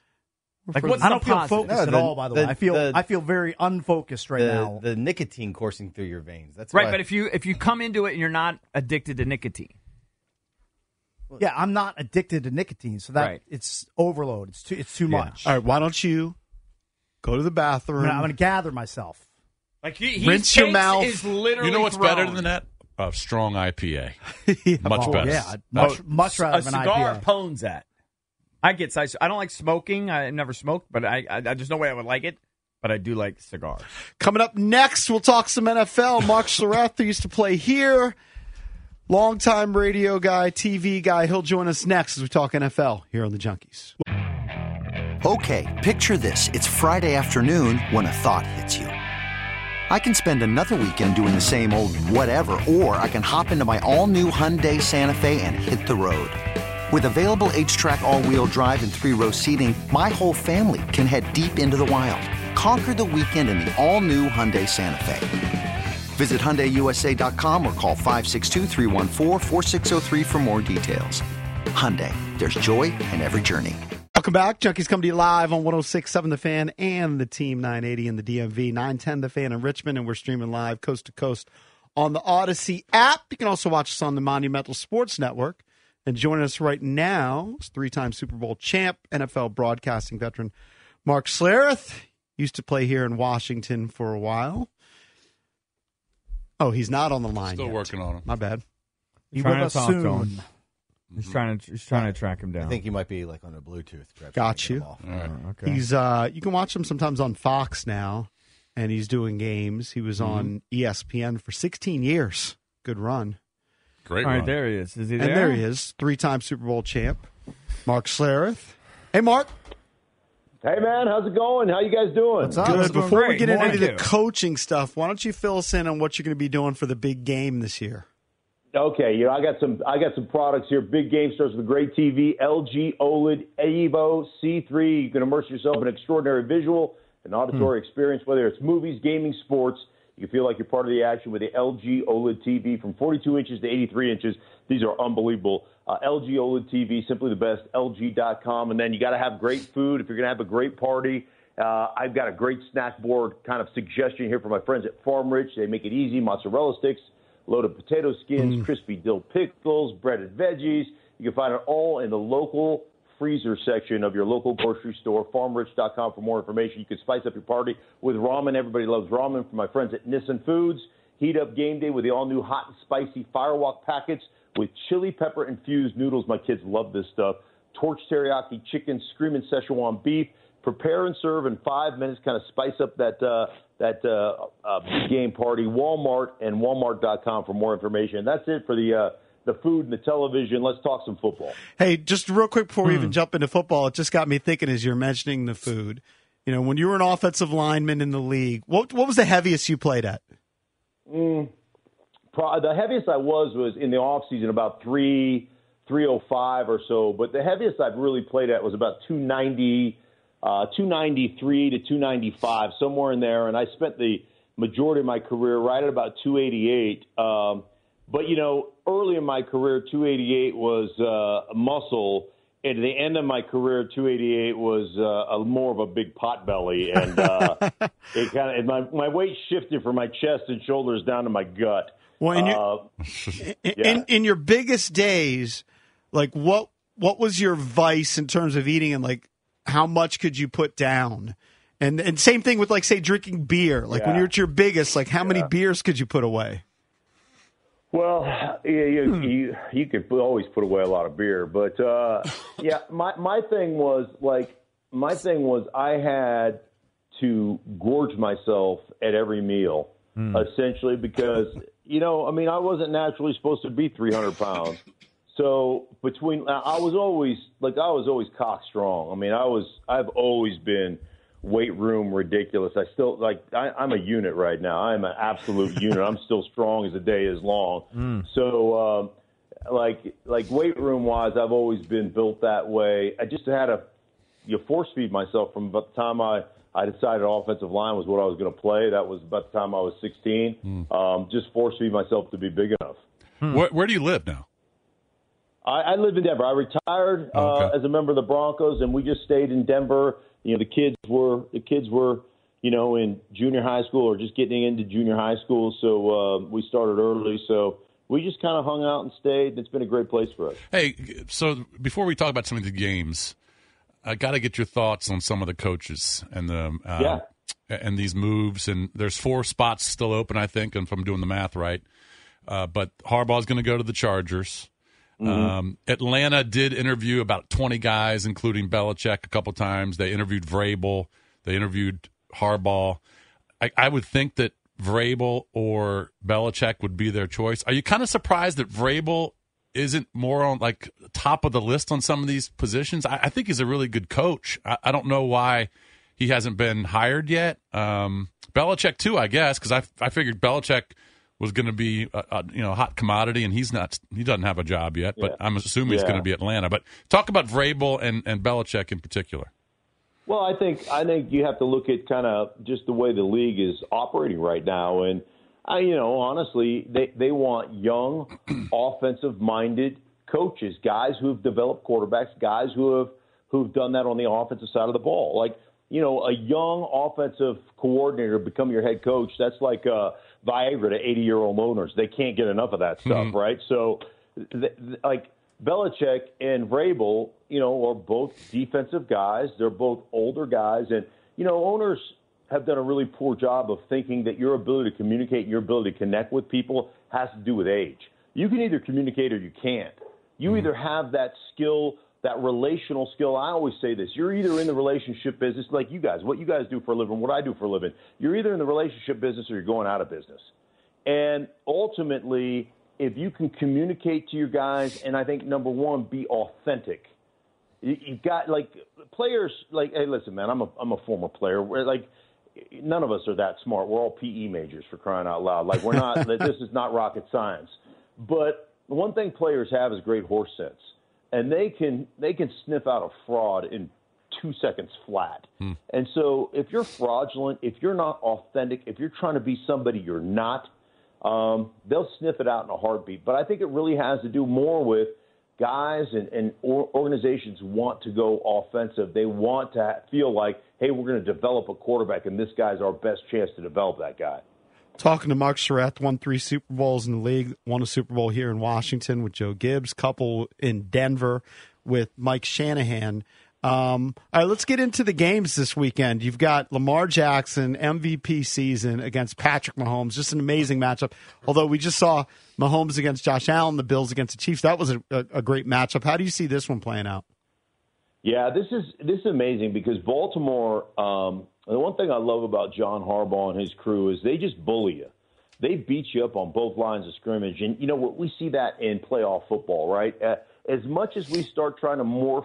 Speaker 2: Like, what's
Speaker 4: I
Speaker 2: the
Speaker 4: don't feel
Speaker 2: positive?
Speaker 4: focused
Speaker 5: No, the-
Speaker 4: at all. By the,
Speaker 5: the-
Speaker 4: way, I feel
Speaker 5: the-
Speaker 4: I feel very unfocused right
Speaker 5: The,
Speaker 4: now.
Speaker 5: the nicotine coursing through your veins. That's
Speaker 2: Right,
Speaker 5: why-
Speaker 2: but if you if you come into it and you're not addicted to nicotine,
Speaker 4: yeah, I'm not addicted to nicotine, so that
Speaker 2: Right.
Speaker 4: it's overload. It's too it's too much.
Speaker 1: All right, why don't you go to the
Speaker 4: I'm
Speaker 1: bathroom?
Speaker 4: gonna, I'm gonna gather myself.
Speaker 2: like he,
Speaker 1: Rinse your mouth.
Speaker 2: Is literally
Speaker 3: You know what's
Speaker 2: thrown.
Speaker 3: better than that? A strong IPA. Much
Speaker 4: Oh,
Speaker 3: better.
Speaker 4: Yeah, I'd much much rather
Speaker 2: a
Speaker 4: than
Speaker 2: cigar
Speaker 4: IPA.
Speaker 2: pones that. I get size. I don't like smoking. I never smoked, but I, I, I there's no way I would like it. But I do like cigars.
Speaker 1: Coming up next, we'll talk some NFL. Mark Soreth, who used to play here, longtime radio guy, TV guy. He'll join us next as we talk NFL here on the Junkies.
Speaker 10: Okay, picture this. It's Friday afternoon when a thought hits you. I can spend another weekend doing the same old whatever, or I can hop into my all new Hyundai Santa Fe and hit the road. With available H track, all wheel drive, and three row seating, my whole family can head deep into the wild. Conquer the weekend in the all new Hyundai Santa Fe. Visit HyundaiUSA.com or call 562-314-4603 for more details. Hyundai, there's joy in every journey.
Speaker 1: Welcome back. Junkies come to you live on 1067 The Fan and the Team 980 in the DMV, 910 The Fan in Richmond, and we're streaming live coast to coast on the Odyssey app. You can also watch us on the Monumental Sports Network. And joining us right now is three time Super Bowl champ, NFL broadcasting veteran Mark Slareth. Used to play here in Washington for a while. Oh, he's not on the line.
Speaker 3: Still
Speaker 1: yet.
Speaker 3: working on him.
Speaker 1: My bad.
Speaker 4: You
Speaker 2: Trying
Speaker 4: will
Speaker 2: to talk to him.
Speaker 4: soon.
Speaker 2: He's trying to he's trying to track him down.
Speaker 5: I think you might be like on a Bluetooth. perhaps
Speaker 1: Got
Speaker 5: get 'em
Speaker 1: you.
Speaker 5: off.
Speaker 3: All right.
Speaker 2: okay.
Speaker 1: He's uh you can watch him sometimes on Fox now and he's doing games. He was
Speaker 2: Mm-hmm.
Speaker 1: on E ESPN for 16 years. Good run.
Speaker 3: Great.
Speaker 2: All right,
Speaker 3: run.
Speaker 2: there he is. Is he there?
Speaker 1: And there he is, three-time Super Bowl champ, Mark Slareth. Hey Mark,
Speaker 11: Hey man, how's it going? How you guys doing?
Speaker 4: What's up?
Speaker 1: good.
Speaker 4: How's it going?
Speaker 1: Before we
Speaker 2: great.
Speaker 1: get into
Speaker 2: Morning.
Speaker 1: any of the
Speaker 2: Thank you.
Speaker 1: coaching stuff, why don't you fill us in on what you're going to be doing for the big game this year?
Speaker 11: Okay, you know I got some I got some products here. Big game starts with great TV, LG OLED Evo C3. You can immerse yourself in extraordinary visual and auditory experience, whether it's movies, gaming, sports. You feel like you're part of the action with the LG OLED TV from 42 inches to 83 inches. These are unbelievable. Uh, LG OLED TV, simply the best. LG.com, and then you got to have great food if you're going to have a great party. Uh, I've got a great snack board kind of suggestion here for my friends at Farm Rich. They make it easy: mozzarella sticks loaded potato skins, crispy dill pickles, breaded veggies. You can find it all in the local freezer section of your local grocery store, farmrich.com for more information. You can spice up your party with ramen. Everybody loves ramen. From my friends at Nissan Foods, heat up game day with the all new hot and spicy firewalk packets with chili pepper infused noodles. My kids love this stuff. Torch teriyaki chicken, screaming Szechuan beef. Prepare and serve in five minutes. Kind of spice up that uh, that uh, uh, game party. Walmart and Walmart.com for more information. That's it for the uh, the food and the television. Let's talk some football.
Speaker 1: Hey, just real quick before we
Speaker 2: Hmm.
Speaker 1: even jump into football, it just got me thinking as you're mentioning the food. You know, when you were an offensive lineman in the league, what what was the heaviest you played at?
Speaker 11: Mm, pro- the heaviest I was was in the off season about three three oh five or so, but the heaviest I've really played at was about two ninety. Uh, 293 to 295, somewhere in there, and I spent the majority of my career right at about 288. Um, but you know, early in my career, 288 was uh, muscle. At the end of my career, 288 was uh, a, more of a big pot belly, and uh, it kind of my my weight shifted from my chest and shoulders down to my gut.
Speaker 1: Well, and you-
Speaker 11: uh,
Speaker 1: In,
Speaker 11: yeah.
Speaker 1: in in your biggest days, like what what was your vice in terms of eating and like how much could you put down? And and same thing with like say drinking beer. Like
Speaker 11: Yeah.
Speaker 1: when you're at your biggest, like how many beers could you put away?
Speaker 11: Well, yeah, you, you you could put- always put away a lot of beer, but uh, yeah, my my thing was like my thing was I had to gorge myself at every meal, essentially because you know I mean I wasn't naturally supposed to be 300 pounds, so between I I was always like I was always cock strong. I mean I was I've always been weight room ridiculous. I still like I, I'm a unit right now. I'm an absolute unit. I'm still strong as the day is long. So um, like like weight room wise, I've always been built that way. I just had a you force feed myself from about the time I I decided offensive line was what I was going to play. That was about the time I was 16. Um, just force feed myself to be big enough.
Speaker 2: hmm.
Speaker 3: Where, where do you live now?
Speaker 11: I, I live in Denver. I retired uh, as a member of the Broncos, and we just stayed in Denver. You know, the kids were the kids were, you know, in junior high school or just getting into junior high school. So uh, we started early. So we just kind of hung out and stayed. It's been a great place for us.
Speaker 3: Hey, so before we talk about some of the games, I got to get your thoughts on some of the coaches and the uh, and these moves. And there's four spots still open, I think, if I'm doing the math right. Uh, but Harbaugh's going to go to the Chargers. Um, Atlanta did interview about 20 guys, including Belichick, a couple times. They interviewed Vrabel. They interviewed Harbaugh. I, I would think that Vrabel or Belichick would be their choice. Are you kind of surprised that Vrabel isn't more on like top of the list on some of these positions? I, I think he's a really good coach. I, I don't know why he hasn't been hired yet. Um, Belichick too, I guess, because I I figured Belichick was going to be a, a you know hot commodity, and he's not. He doesn't have a job yet, but I'm assuming he's
Speaker 11: Yeah.
Speaker 3: going to be Atlanta. But talk about Vrabel and and Belichick in particular.
Speaker 11: Well, I think I think you have to look at kind of just the way the league is operating right now, and I, you know, honestly, they they want young, offensive-minded coaches, guys who have developed quarterbacks, guys who have who've done that on the offensive side of the ball. Like you know, a young offensive coordinator become your head coach. That's like uh, Viagra to 80-year-old owners. They can't get enough of that stuff,
Speaker 12: Mhm.
Speaker 11: right? So, th- th- like Belichick and Vrabel, you know, are both defensive guys. They're both older guys, and you know, owners have done a really poor job of thinking that your ability to communicate, your ability to connect with people, has to do with age. You can either communicate or you can't. You either have that skill, that relational skill. I always say this: you're either in the relationship business, like you guys, what you guys do for a living, what I do for a living. You're either in the relationship business or you're going out of business. And ultimately, if you can communicate to your guys, and I think number one, be authentic. You, you got like players, like hey, listen, man, I'm a I'm a former player. We're like none of us are that smart. We're all PE majors for crying out loud. Like we're not. like, this is not rocket science. But one thing players have is great horse sense, and they can they can sniff out a fraud in two seconds flat. And so if you're fraudulent, if you're not authentic, if you're trying to be somebody you're not, um, they'll sniff it out in a heartbeat. But I think it really has to do more with guys and, and or organizations want to go offensive. They want to ha- feel like, hey, we're going to develop a quarterback, and this guy's our best chance to develop that guy.
Speaker 1: Talking to Mark Sharath, won three Super Bowls in the league, won a Super Bowl here in Washington with Joe Gibbs, couple in Denver with Mike Shanahan. Um, all right, let's get into the games this weekend. You've got Lamar Jackson MVP season against Patrick Mahomes, just an amazing matchup. Although we just saw Mahomes against Josh Allen, the Bills against the Chiefs, that was a, a, a great matchup. How do you see this one playing out?
Speaker 11: Yeah, this is this is amazing because Baltimore. Um, the one thing I love about John Harbaugh and his crew is they just bully you. They beat you up on both lines of scrimmage, and you know what? We see that in playoff football, right? Uh, as much as we start trying to morph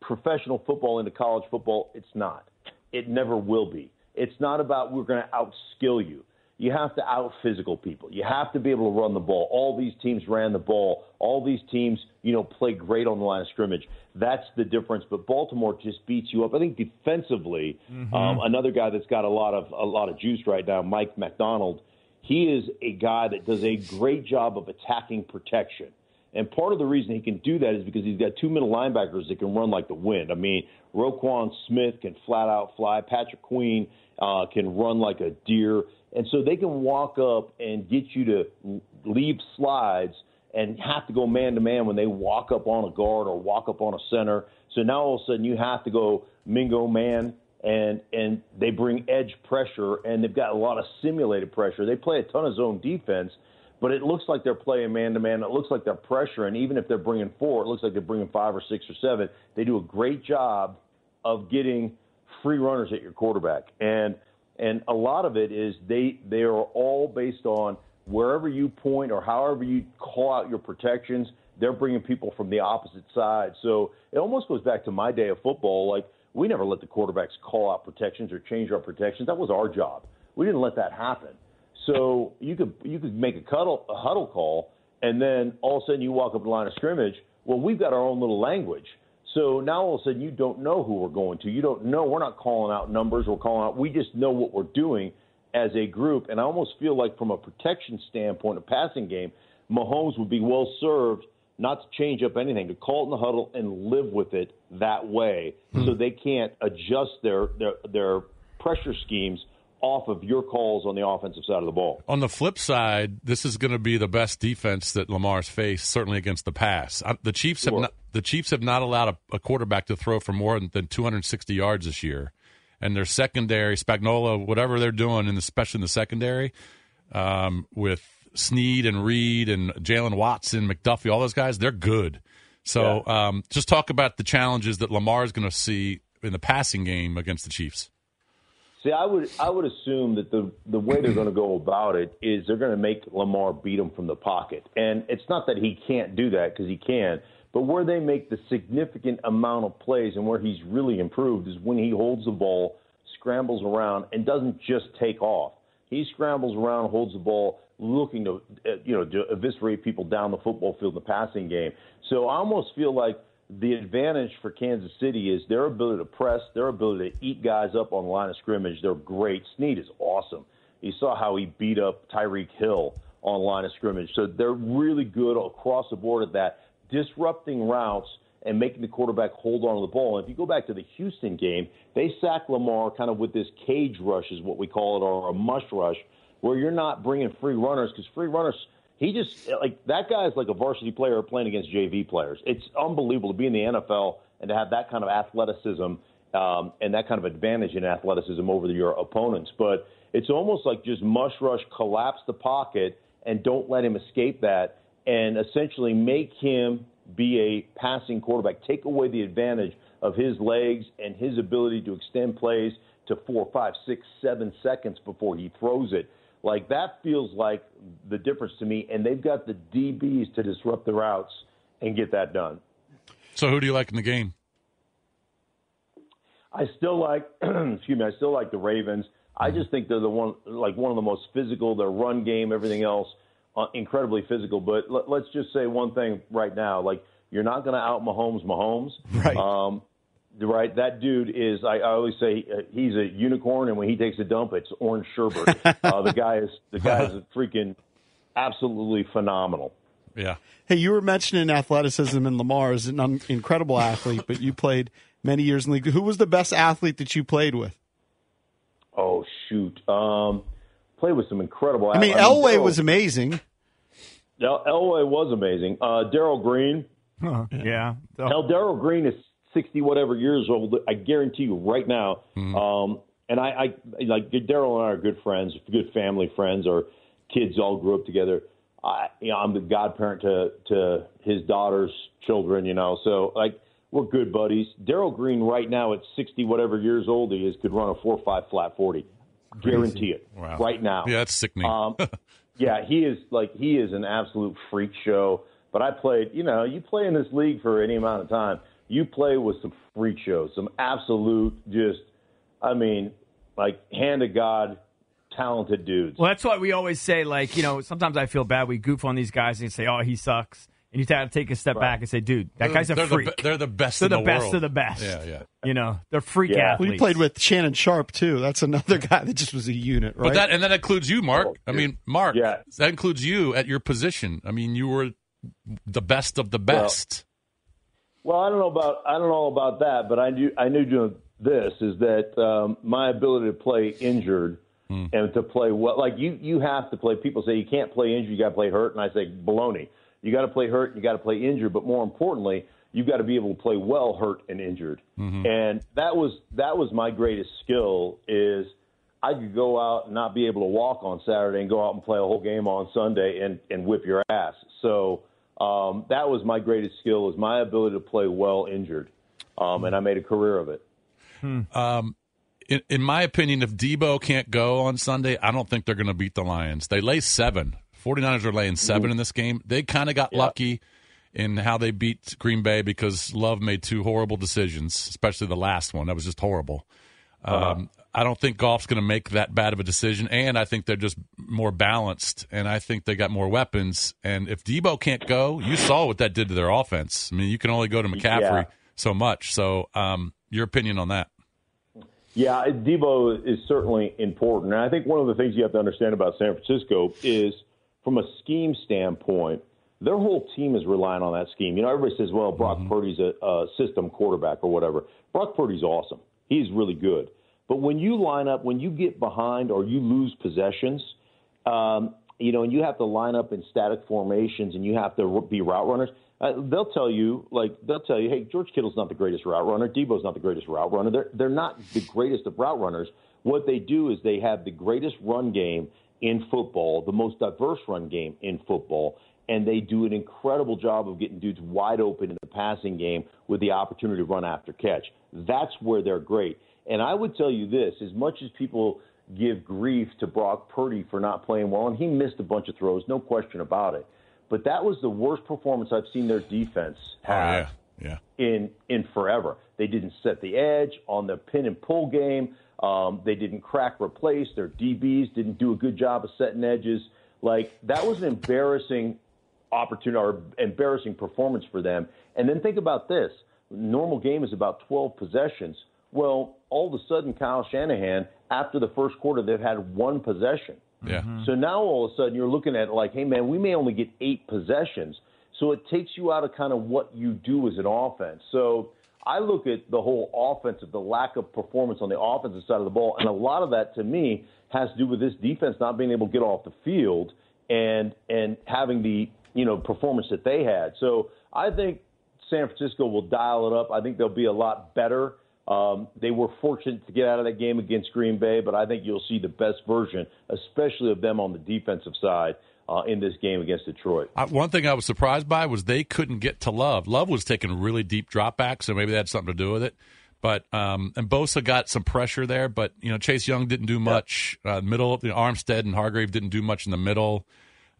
Speaker 11: professional football into college football, it's not. It never will be. It's not about we're going to outskill you. You have to out physical people. You have to be able to run the ball. All these teams ran the ball. All these teams, you know, play great on the line of scrimmage. That's the difference. But Baltimore just beats you up. I think defensively,
Speaker 12: Mhm.
Speaker 11: um, another guy that's got a lot of a lot of juice right now, Mike McDonald. He is a guy that does a great job of attacking protection. And part of the reason he can do that is because he's got two middle linebackers that can run like the wind. I mean, Roquan Smith can flat out fly. Patrick Queen uh, can run like a deer. And so they can walk up and get you to leave slides and have to go man to man when they walk up on a guard or walk up on a center. So now all of a sudden you have to go mingo man and and they bring edge pressure and they've got a lot of simulated pressure. They play a ton of zone defense, but it looks like they're playing man to man. It looks like they're pressuring. Even if they're bringing four, it looks like they're bringing five or six or seven. They do a great job of getting free runners at your quarterback. And and a lot of it is they they are all based on wherever you point or however you call out your protections, they're bringing people from the opposite side. So it almost goes back to my day of football. Like we never let the quarterbacks call out protections or change our protections. That was our job. We didn't let that happen. So you could you could make a cuddle a huddle call, and then all of a sudden you walk up the line of scrimmage. Well, we've got our own little language. So now all of a sudden you don't know who we're going to. You don't know. We're not calling out numbers. We're calling out. We just know what we're doing as a group. And I almost feel like from a protection standpoint, a passing game, Mahomes would be well served not to change up anything, to call it in the huddle and live with it that way, so they can't adjust their their, their pressure schemes off of your calls on the offensive side of the ball.
Speaker 3: On the flip side, this is going to be the best defense that Lamar's faced, certainly against the pass. I, the Chiefs have
Speaker 11: Sure.
Speaker 3: not, the Chiefs have not allowed a, a quarterback to throw for more than, than 260 yards this year, and their secondary, Spagnola, whatever they're doing, and especially in the secondary, um, with Snead and Reed and Jalen Watson, McDuffie, all those guys, they're good. So, um, just talk about the challenges that Lamar is going to see in the passing game against the Chiefs.
Speaker 11: See, I would I would assume that the the way they're going to go about it is they're going to make Lamar beat him from the pocket, and it's not that he can't do that because he can, but where they make the significant amount of plays and where he's really improved is when he holds the ball, scrambles around, and doesn't just take off. He scrambles around, holds the ball, looking to uh, you know to eviscerate people down the football field in the passing game. So I almost feel like the advantage for Kansas City is their ability to press, their ability to eat guys up on the line of scrimmage. They're great. Snead is awesome. You saw how he beat up Tyreek Hill on the line of scrimmage. So they're really good across the board at that, disrupting routes and making the quarterback hold on to the ball. And if you go back to the Houston game, they sacked Lamar kind of with this cage rush, is what we call it, or a mush rush, where you're not bringing free runners because free runners – he just like that guy is like a varsity player playing against JV players. It's unbelievable to be in the NFL and to have that kind of athleticism um, and that kind of advantage in athleticism over your opponents. But it's almost like just mush rush, collapse the pocket, and don't let him escape that, and essentially make him be a passing quarterback. Take away the advantage of his legs and his ability to extend plays to four, five, six, seven seconds before he throws it. Like that feels like the difference to me, and they've got the DBs to disrupt the routes and get that done.
Speaker 3: So, who do you like in the game?
Speaker 11: I still like, excuse me, I still like the Ravens. I
Speaker 1: Mm-hmm.
Speaker 11: just think they're the one, like one of the most physical. Their run game, everything else, uh, incredibly physical. But let, let's just say one thing right now: like you're not going to out Mahomes, Mahomes. Right. Um, right. That dude is. I, I always say uh, he's a unicorn, and when he takes a dump, it's orange sherbet. uh, the guy is the guy is freaking absolutely phenomenal.
Speaker 3: Yeah.
Speaker 1: Hey, you were mentioning athleticism, and Lamar is an un- incredible athlete, but you played many years in the league. Who was the best athlete that you played with?
Speaker 11: Oh shoot! Um, played with some incredible.
Speaker 1: I mean,
Speaker 11: athletes.
Speaker 1: Elway
Speaker 11: Daryl-
Speaker 1: was amazing.
Speaker 11: El- Elway was amazing. Uh, Daryl Green.
Speaker 2: Yeah.
Speaker 11: Now Daryl Green is sixty whatever years old. I guarantee you right now.
Speaker 3: Mm-hmm.
Speaker 11: Um, and I, I like Daryl and I are good friends, good family friends. Our kids all grew up together. I, you know, I'm the godparent to to his daughter's children. You know, so like We're good buddies. Daryl Green, right now at 60 whatever years old he is, could run a 4 5 flat 40. Guarantee it.
Speaker 3: Wow.
Speaker 11: Right now.
Speaker 3: Yeah, that's sickening.
Speaker 11: Um, yeah, he is like he is an absolute freak show. But I played, you know, you play in this league for any amount of time, you play with some freak shows, some absolute just, I mean, like hand of God, talented dudes.
Speaker 2: Well, that's why we always say, like, you know, sometimes I feel bad. We goof on these guys and say, oh, he sucks. And you gotta take a step back and say, dude, that
Speaker 3: They're-
Speaker 2: guy's a
Speaker 3: they're the
Speaker 2: freak.
Speaker 3: be- they're the best
Speaker 2: They're
Speaker 3: in
Speaker 2: the,
Speaker 3: the
Speaker 2: best
Speaker 3: world.
Speaker 2: of the best.
Speaker 3: Yeah, yeah.
Speaker 2: You know, they're freak athletes.
Speaker 1: We played with Shannon Sharp too. That's another guy that just was a unit, right?
Speaker 3: But that and that includes you, Mark. I mean, Mark. That includes you at your position. I mean, you were the best of the best.
Speaker 11: Well, I don't know about I don't know about that, but I knew I knew doing this is that um, my ability to play injured and to play well, like you you have to play. People say you can't play injured, you got to play hurt, and I say baloney. You got to play hurt, you got to play injured, but more importantly, you got to be able to play well hurt and injured. And that was that was my greatest skill is I could go out and not be able to walk on Saturday and go out and play a whole game on Sunday and, and whip your ass. So um, that was my greatest skill is my ability to play well injured. Um, and I made a career of it.
Speaker 3: Um, in, in my opinion, if Debo can't go on Sunday, I don't think they're going to beat the Lions. They lay seven. 49ers are laying 7 in this game. They kind of got lucky in how they beat Green Bay because Love made two horrible decisions, especially the last one. That was just horrible.
Speaker 11: Uh-huh.
Speaker 3: Um, I don't think golf's going to make that bad of a decision, and I think they're just more balanced, and I think they got more weapons. And if Debo can't go, you saw what that did to their offense. I mean, you can only go to McCaffrey
Speaker 11: Yeah.
Speaker 3: so much. So, um, your opinion on that?
Speaker 11: Yeah, Debo is certainly important. And I think one of the things you have to understand about San Francisco is from a scheme standpoint, their whole team is relying on that scheme. You know, everybody says, well, Brock Purdy's a, a system quarterback or whatever. Brock Purdy's awesome. He's really good. But when you line up, when you get behind or you lose possessions, um, you know, and you have to line up in static formations and you have to r- be route runners. Uh, they'll tell you, like, they'll tell you, hey, George Kittle's not the greatest route runner. Debo's not the greatest route runner. They're, they're not the greatest of route runners. What they do is they have the greatest run game in football, the most diverse run game in football, and they do an incredible job of getting dudes wide open in the passing game with the opportunity to run after catch. That's where they're great. And I would tell you this as much as people give grief to Brock Purdy for not playing well, and he missed a bunch of throws, no question about it. But that was the worst performance I've seen their defense have
Speaker 3: Oh, Yeah.
Speaker 11: in in forever. They didn't set the edge on the pin and pull game. Um, they didn't crack replace. Their DBs didn't do a good job of setting edges. Like that was an embarrassing opportunity or embarrassing performance for them. And then think about this: normal game is about 12 possessions. Well, all of a sudden, Kyle Shanahan, after the first quarter, they've had one possession.
Speaker 3: Yeah.
Speaker 11: So now all of a sudden you're looking at it like, hey man, we may only get eight possessions. So it takes you out of kind of what you do as an offense. So I look at the whole offensive, the lack of performance on the offensive side of the ball, and a lot of that to me has to do with this defense not being able to get off the field and and having the you know performance that they had. So I think San Francisco will dial it up. I think they'll be a lot better. Um, they were fortunate to get out of that game against Green Bay, but I think you'll see the best version, especially of them on the defensive side, uh, in this game against Detroit.
Speaker 3: I, one thing I was surprised by was they couldn't get to Love. Love was taking really deep dropbacks, so maybe that had something to do with it. But um, and Bosa got some pressure there, but you know Chase Young didn't do much. Uh, middle, you know, Armstead and Hargrave didn't do much in the middle.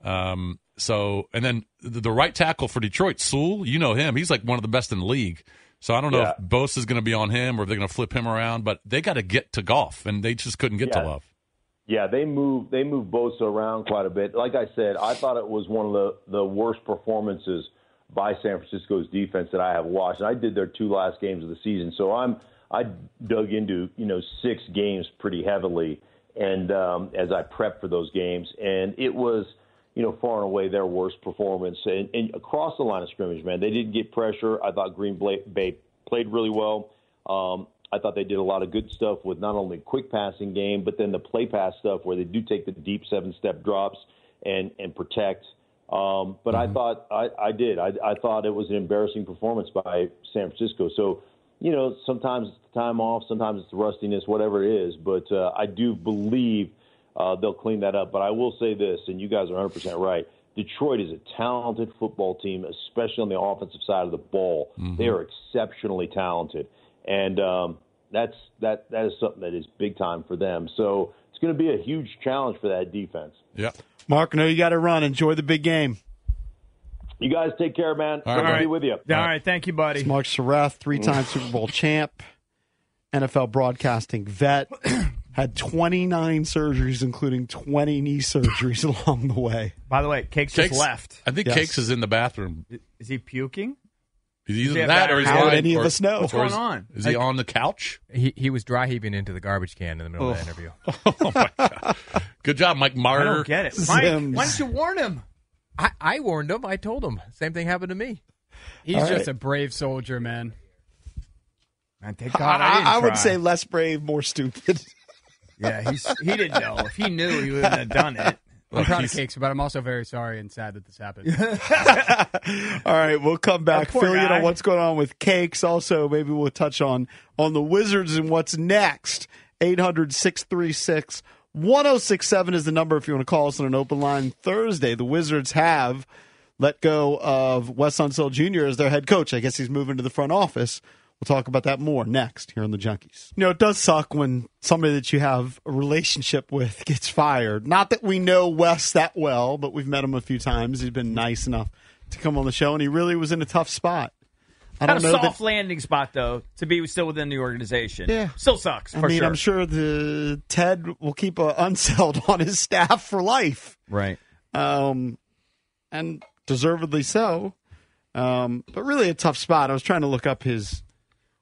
Speaker 3: Um, so and then the, the right tackle for Detroit, Sewell, you know him. He's like one of the best in the league. So I don't know if Bosa's going to be on him or if they're going to flip him around. But they got to get to golf, and they just couldn't get
Speaker 11: Yeah.
Speaker 3: to Love.
Speaker 11: Yeah, they move they move Bosa around quite a bit. Like I said, I thought it was one of the, the worst performances by San Francisco's defense that I have watched. And I did their two last games of the season, so I'm I dug into you know six games pretty heavily, and um, as I prepped for those games, and it was you know far and away their worst performance. And, and across the line of scrimmage, man, they didn't get pressure. I thought Green Bla- Bay played really well. Um, I thought they did a lot of good stuff with not only quick passing game, but then the play pass stuff where they do take the deep seven step drops and and protect. Um, but I thought I, I did. I, I thought it was an embarrassing performance by San Francisco. So you know, sometimes it's the time off, sometimes it's the rustiness, whatever it is. But uh, I do believe uh, they'll clean that up. But I will say this, and you guys are 100% right. Detroit is a talented football team, especially on the offensive side of the ball.
Speaker 2: Mm-hmm.
Speaker 11: They are exceptionally talented, and um, that's that that is something that is big time for them. So it's going to be a huge challenge for that defense.
Speaker 3: Yeah.
Speaker 1: Mark, no, you got to run. Enjoy the big game.
Speaker 11: You guys take care, man. Good to be with you.
Speaker 2: All right, thank you, buddy.
Speaker 1: It's Mark Sareth, three-time Super Bowl champ, NFL broadcasting vet, had 29 surgeries, including 20 knee surgeries along the way.
Speaker 2: By the way, Cakes, just left.
Speaker 3: I think
Speaker 1: Yes.
Speaker 3: Cakes is in the bathroom.
Speaker 2: Is he puking?
Speaker 3: He's
Speaker 2: Is
Speaker 3: either
Speaker 2: he
Speaker 3: that
Speaker 2: back-
Speaker 3: or he's
Speaker 2: How would
Speaker 3: lying,
Speaker 2: any of
Speaker 3: or-
Speaker 2: us know? What's
Speaker 3: or is-
Speaker 2: going on?
Speaker 3: Is he on the couch?
Speaker 13: He he was dry heaving into the garbage can in the middle of
Speaker 3: Oh.
Speaker 13: the interview.
Speaker 3: Good job, Mike Marr.
Speaker 13: I don't get it.
Speaker 2: Mike, why don't you warn him?
Speaker 13: I, I warned him. I told him. Same thing happened to me.
Speaker 6: He's
Speaker 1: All
Speaker 6: just
Speaker 1: right.
Speaker 6: a brave soldier, man.
Speaker 2: Man, thank
Speaker 1: I, I would say less brave, more stupid.
Speaker 2: Yeah, he's, he didn't know. If he knew, he wouldn't have done it.
Speaker 6: I'm proud of
Speaker 1: he's-
Speaker 6: Cakes, but I'm also very sorry and sad that this happened.
Speaker 1: All right, we'll come back,
Speaker 6: That poor
Speaker 1: fill you in
Speaker 6: guy.
Speaker 1: on what's going on with cakes. Also, maybe we'll touch on on the Wizards and what's next. 800 636 1067 is the number if you want to call us on an open line Thursday. The Wizards have let go of Wes Unsell Jr. as their head coach. I guess he's moving to the front office. We'll talk about that more next here on the Junkies. You know, it does suck when somebody that you have a relationship with gets fired. Not that we know Wes that well, but we've met him a few times. He's been nice enough to come on the show, and he really was in a tough spot. I
Speaker 2: Got
Speaker 1: don't
Speaker 2: a
Speaker 1: know. That,
Speaker 2: soft landing spot though to be still within the organization.
Speaker 1: Yeah.
Speaker 2: still sucks.
Speaker 1: I
Speaker 2: for
Speaker 1: mean,
Speaker 2: sure.
Speaker 1: I'm sure the Ted will keep uh, unselled on his staff for life.
Speaker 2: Right.
Speaker 1: um, and deservedly so. Um, but really a tough spot. I was trying to look up his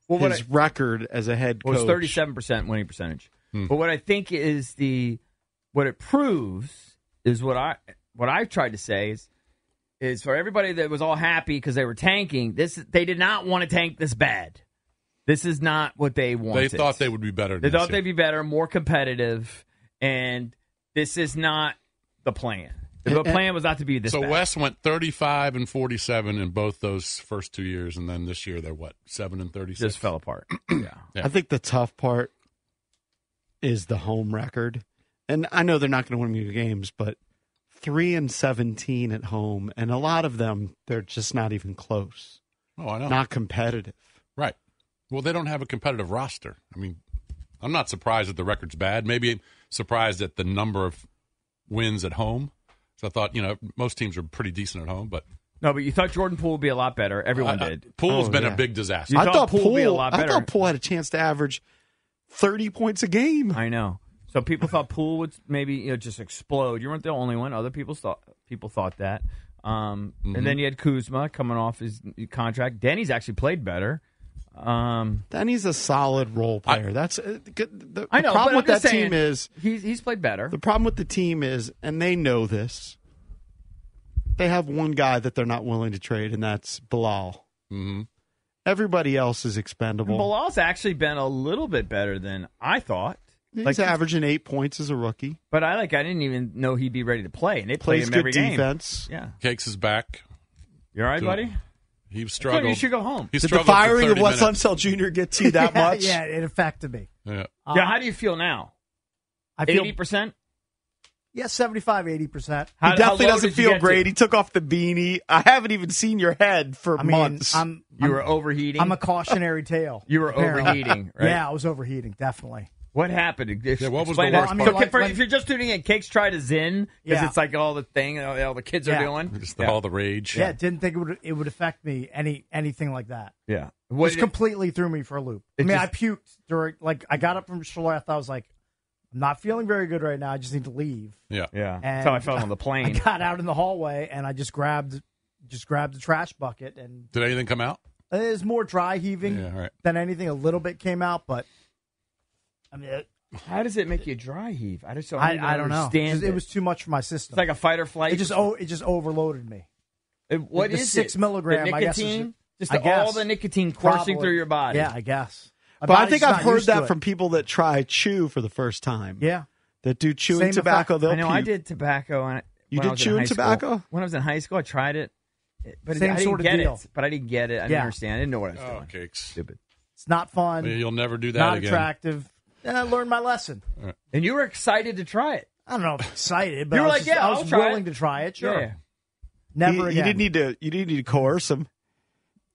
Speaker 2: what
Speaker 1: his record as a head
Speaker 2: Well,
Speaker 1: coach.
Speaker 2: it's 37 percent winning percentage. But what I think is the what it proves is what I what I've tried to say is is for everybody that was all happy because they were tanking. This they did not want to tank this bad. This is not what they
Speaker 3: They
Speaker 2: wanted.
Speaker 3: thought they would be better.
Speaker 2: They
Speaker 3: than
Speaker 2: thought
Speaker 3: this
Speaker 2: they'd be better, more competitive, and this is not the plan. The
Speaker 3: And- and-
Speaker 2: plan was not to be
Speaker 3: year.
Speaker 2: this.
Speaker 3: So
Speaker 2: bad.
Speaker 3: West went 35 and 47 in both those first two years, and then this year they're what seven and 36. Just
Speaker 2: fell apart.
Speaker 1: I think the tough part is the home record. And I know they're not going to win many games, but 3 and 17 at home and a lot of them they're just not even close.
Speaker 3: Oh, I know.
Speaker 1: Not competitive.
Speaker 3: Right. Well, they don't have a competitive roster. I mean, I'm not surprised that the record's bad. Maybe I'm surprised at the number of wins at home. So I thought, you know, most teams are pretty decent at home, but
Speaker 2: No, but you thought Jordan Poole would be a lot better. Everyone
Speaker 3: I- I-
Speaker 2: did.
Speaker 3: Poole's
Speaker 2: has
Speaker 3: uh, been a big disaster.
Speaker 2: You thought, Poole, would be a lot
Speaker 1: I
Speaker 2: better.
Speaker 1: thought Poole had a chance to average 30 points a game.
Speaker 2: I know. So people thought Poole would maybe you know just explode. You weren't the only one. Other people thought people thought that. Um,
Speaker 1: Mhm.
Speaker 2: And then you had Kuzma coming off his contract. Denny's actually played better. Um,
Speaker 1: Denny's a solid role player. That's uh, the, the
Speaker 2: I know.
Speaker 1: problem
Speaker 2: but
Speaker 1: with
Speaker 2: I'm just
Speaker 1: that
Speaker 2: saying,
Speaker 1: team is
Speaker 2: he's he's played better.
Speaker 1: The problem with the team is, and they know this, they have one guy that they're not willing to trade, and that's Bilal.
Speaker 3: Mm-hmm.
Speaker 1: Everybody else is expendable.
Speaker 2: And Bilal's actually been a little bit better than I thought.
Speaker 1: He's
Speaker 2: Like,
Speaker 1: averaging eight points as a rookie.
Speaker 2: but I like I didn't even know he'd be ready to play, and they played
Speaker 1: Plays
Speaker 2: him
Speaker 1: good
Speaker 2: every game.
Speaker 1: defense.
Speaker 2: Yeah,
Speaker 3: Cakes is back.
Speaker 2: You all right,
Speaker 3: Good.
Speaker 2: buddy?
Speaker 3: He
Speaker 2: Tell him
Speaker 3: struggled.
Speaker 2: You should go home.
Speaker 3: He
Speaker 1: Did the
Speaker 3: struggled for
Speaker 1: firing of
Speaker 3: 30
Speaker 1: Wes
Speaker 3: minutes.
Speaker 1: Unsell Jr. get to you that
Speaker 4: Yeah,
Speaker 1: much?
Speaker 4: Yeah, it affected me.
Speaker 3: Yeah.
Speaker 4: Um,
Speaker 2: yeah, how do you feel now?
Speaker 4: I feel-
Speaker 2: Eighty percent.
Speaker 4: Yeah, 75, 80%.
Speaker 1: He definitely doesn't feel great. He took off the beanie. I haven't even seen your head for
Speaker 4: I mean,
Speaker 1: months.
Speaker 4: I'm-
Speaker 2: You were overheating.
Speaker 4: I'm a cautionary tale.
Speaker 2: You were
Speaker 4: apparently.
Speaker 2: overheating, right?
Speaker 4: Yeah, I was overheating, definitely.
Speaker 2: What happened? Yeah,
Speaker 4: what was the
Speaker 2: that.
Speaker 4: worst
Speaker 2: So
Speaker 4: part?
Speaker 2: ca- for- if you're just tuning in, Cakes tried to zin because
Speaker 4: Yeah.
Speaker 2: it's like all the thing all, all the kids are
Speaker 4: Yeah.
Speaker 2: doing.
Speaker 3: Just the- all the rage.
Speaker 4: Yeah, didn't think it would it would affect me any anything like that.
Speaker 2: Yeah.
Speaker 4: Which completely threw me for a loop. I
Speaker 2: It
Speaker 4: mean,
Speaker 2: just-
Speaker 4: I puked during like I got up from Shalath. I was like, I'm not feeling very good right now. I just need to leave.
Speaker 3: Yeah.
Speaker 2: Yeah.
Speaker 4: And
Speaker 2: That's how I felt on the
Speaker 4: I
Speaker 2: plane.
Speaker 4: got out in the hallway and I just grabbed just grabbed the trash bucket and
Speaker 3: Did anything come out?
Speaker 4: it was more dry heaving
Speaker 3: Yeah, all right.
Speaker 4: than anything. A little bit came out, but I mean, it,
Speaker 2: How does it make you dry heave? I just don't.
Speaker 4: I,
Speaker 2: even
Speaker 4: I don't know.
Speaker 2: understand
Speaker 4: Just- It was too much for my system.
Speaker 2: It's like a fight or flight.
Speaker 4: It just oh, it just overloaded me.
Speaker 2: It- what
Speaker 4: the
Speaker 2: is
Speaker 4: six
Speaker 2: it?
Speaker 4: milligram?
Speaker 2: The
Speaker 4: I guess is-
Speaker 2: nicotine? Just
Speaker 4: I
Speaker 2: all
Speaker 4: guess.
Speaker 2: the nicotine coursing
Speaker 4: Probably.
Speaker 2: through your body.
Speaker 4: Yeah, I guess. My
Speaker 1: but I
Speaker 4: body's
Speaker 1: think
Speaker 4: just
Speaker 1: I've
Speaker 4: not
Speaker 1: heard
Speaker 4: used to
Speaker 1: that
Speaker 4: it.
Speaker 1: from people that try chew for the first time.
Speaker 4: Yeah.
Speaker 1: That do chewing
Speaker 4: Same
Speaker 1: tobacco.
Speaker 4: effect.
Speaker 1: They'll
Speaker 2: I know. I
Speaker 1: puke.
Speaker 2: did tobacco. And
Speaker 1: You
Speaker 2: when
Speaker 1: did
Speaker 2: I was
Speaker 1: chewing
Speaker 2: in high school.
Speaker 1: tobacco?
Speaker 2: When I was in high school, I tried it, it- but
Speaker 4: Same
Speaker 2: I didn't
Speaker 4: sort of
Speaker 2: get
Speaker 4: deal.
Speaker 2: it. But I didn't get it. I didn't
Speaker 4: Yeah.
Speaker 2: understand. I didn't know what I was
Speaker 3: Oh,
Speaker 2: doing.
Speaker 3: Cakes.
Speaker 2: Stupid.
Speaker 4: It's not fun.
Speaker 3: You'll never do that
Speaker 4: not
Speaker 3: again.
Speaker 4: attractive. And I learned my lesson.
Speaker 2: And you were excited to try it.
Speaker 4: I don't know if excited, but
Speaker 2: You
Speaker 4: I
Speaker 2: were
Speaker 4: was
Speaker 2: like,
Speaker 4: just-
Speaker 2: "Yeah,
Speaker 4: I was
Speaker 2: I'll try
Speaker 4: willing
Speaker 2: it."
Speaker 4: to try it. Sure.
Speaker 2: Yeah.
Speaker 4: Never
Speaker 1: You, you
Speaker 4: again.
Speaker 1: didn't need to. You didn't need to coerce him.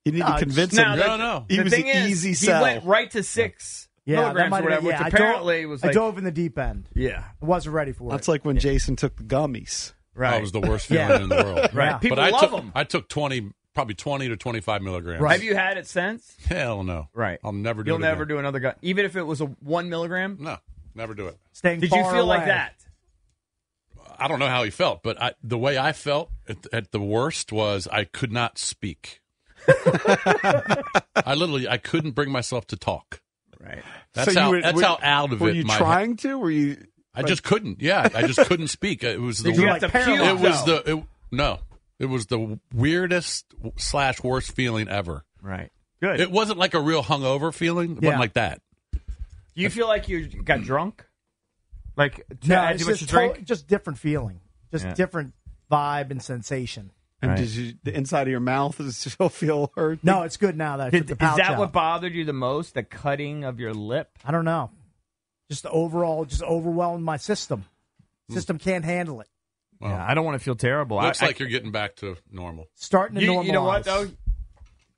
Speaker 1: You need
Speaker 4: No,
Speaker 1: to convince
Speaker 2: No,
Speaker 1: him.
Speaker 2: that's-
Speaker 1: He
Speaker 2: the
Speaker 1: was
Speaker 2: thing
Speaker 1: an
Speaker 2: is,
Speaker 1: easy
Speaker 2: he
Speaker 1: sell.
Speaker 2: went right to six
Speaker 1: Yeah, that
Speaker 2: milligrams
Speaker 1: might
Speaker 2: or
Speaker 1: have-
Speaker 2: whatever,
Speaker 1: yeah, I
Speaker 2: which
Speaker 1: dove-
Speaker 2: apparently was like
Speaker 4: I dove in the deep end.
Speaker 2: Yeah,
Speaker 4: I wasn't ready for
Speaker 1: That's
Speaker 4: it.
Speaker 1: like when Jason took the gummies.
Speaker 2: Right.
Speaker 3: That was the worst feeling
Speaker 1: Yeah.
Speaker 3: in the world.
Speaker 1: Right. People
Speaker 3: but I
Speaker 1: love
Speaker 3: took,
Speaker 1: 'em.
Speaker 3: I took 20, probably 20 to 25 milligrams.
Speaker 2: Have you had it since?
Speaker 3: Hell no. Right. I'll never do
Speaker 2: You'll
Speaker 3: it.
Speaker 2: never
Speaker 3: again.
Speaker 2: do another gun, even if it was a one milligram.
Speaker 3: No, never do it.
Speaker 4: Staying
Speaker 2: Did you
Speaker 4: far
Speaker 2: feel like
Speaker 4: away.
Speaker 2: that?
Speaker 3: I don't know how he felt, but I, the way I felt at, at the worst was I could not speak. I literally I couldn't bring myself to talk.
Speaker 2: Right.
Speaker 3: That's
Speaker 1: So you
Speaker 3: how
Speaker 1: were-
Speaker 3: that's
Speaker 1: were-
Speaker 3: how out of
Speaker 1: were
Speaker 3: it.
Speaker 1: you
Speaker 3: my
Speaker 1: trying to? Were you?
Speaker 3: I just couldn't. Yeah, I just couldn't speak. It was the
Speaker 1: Did you have to puke,
Speaker 3: it was
Speaker 1: though?
Speaker 3: the it, no. It was the weirdest slash worst feeling ever.
Speaker 2: Right. Good.
Speaker 3: It wasn't like a real hungover feeling. It
Speaker 2: Yeah.
Speaker 3: wasn't like that.
Speaker 2: Do you feel like you got drunk? Like to
Speaker 4: No,
Speaker 2: add
Speaker 4: it's
Speaker 2: too much to
Speaker 4: just,
Speaker 2: drink?
Speaker 4: to- just different feeling, just
Speaker 1: Yeah.
Speaker 4: different vibe and sensation.
Speaker 1: And did you, the inside of your mouth is still feel hurt?
Speaker 4: No, it's good now that I took
Speaker 2: Did,
Speaker 4: the
Speaker 2: is
Speaker 4: pouch
Speaker 2: that
Speaker 4: out.
Speaker 2: what bothered you the most? The cutting of your lip?
Speaker 4: I don't know. Just the overall, just overwhelmed my system. System can't handle it.
Speaker 2: Yeah, I don't want to feel terrible.
Speaker 3: Looks
Speaker 2: I,
Speaker 3: like you're getting back to normal.
Speaker 4: Starting to
Speaker 2: you,
Speaker 4: normalize.
Speaker 2: You know what though?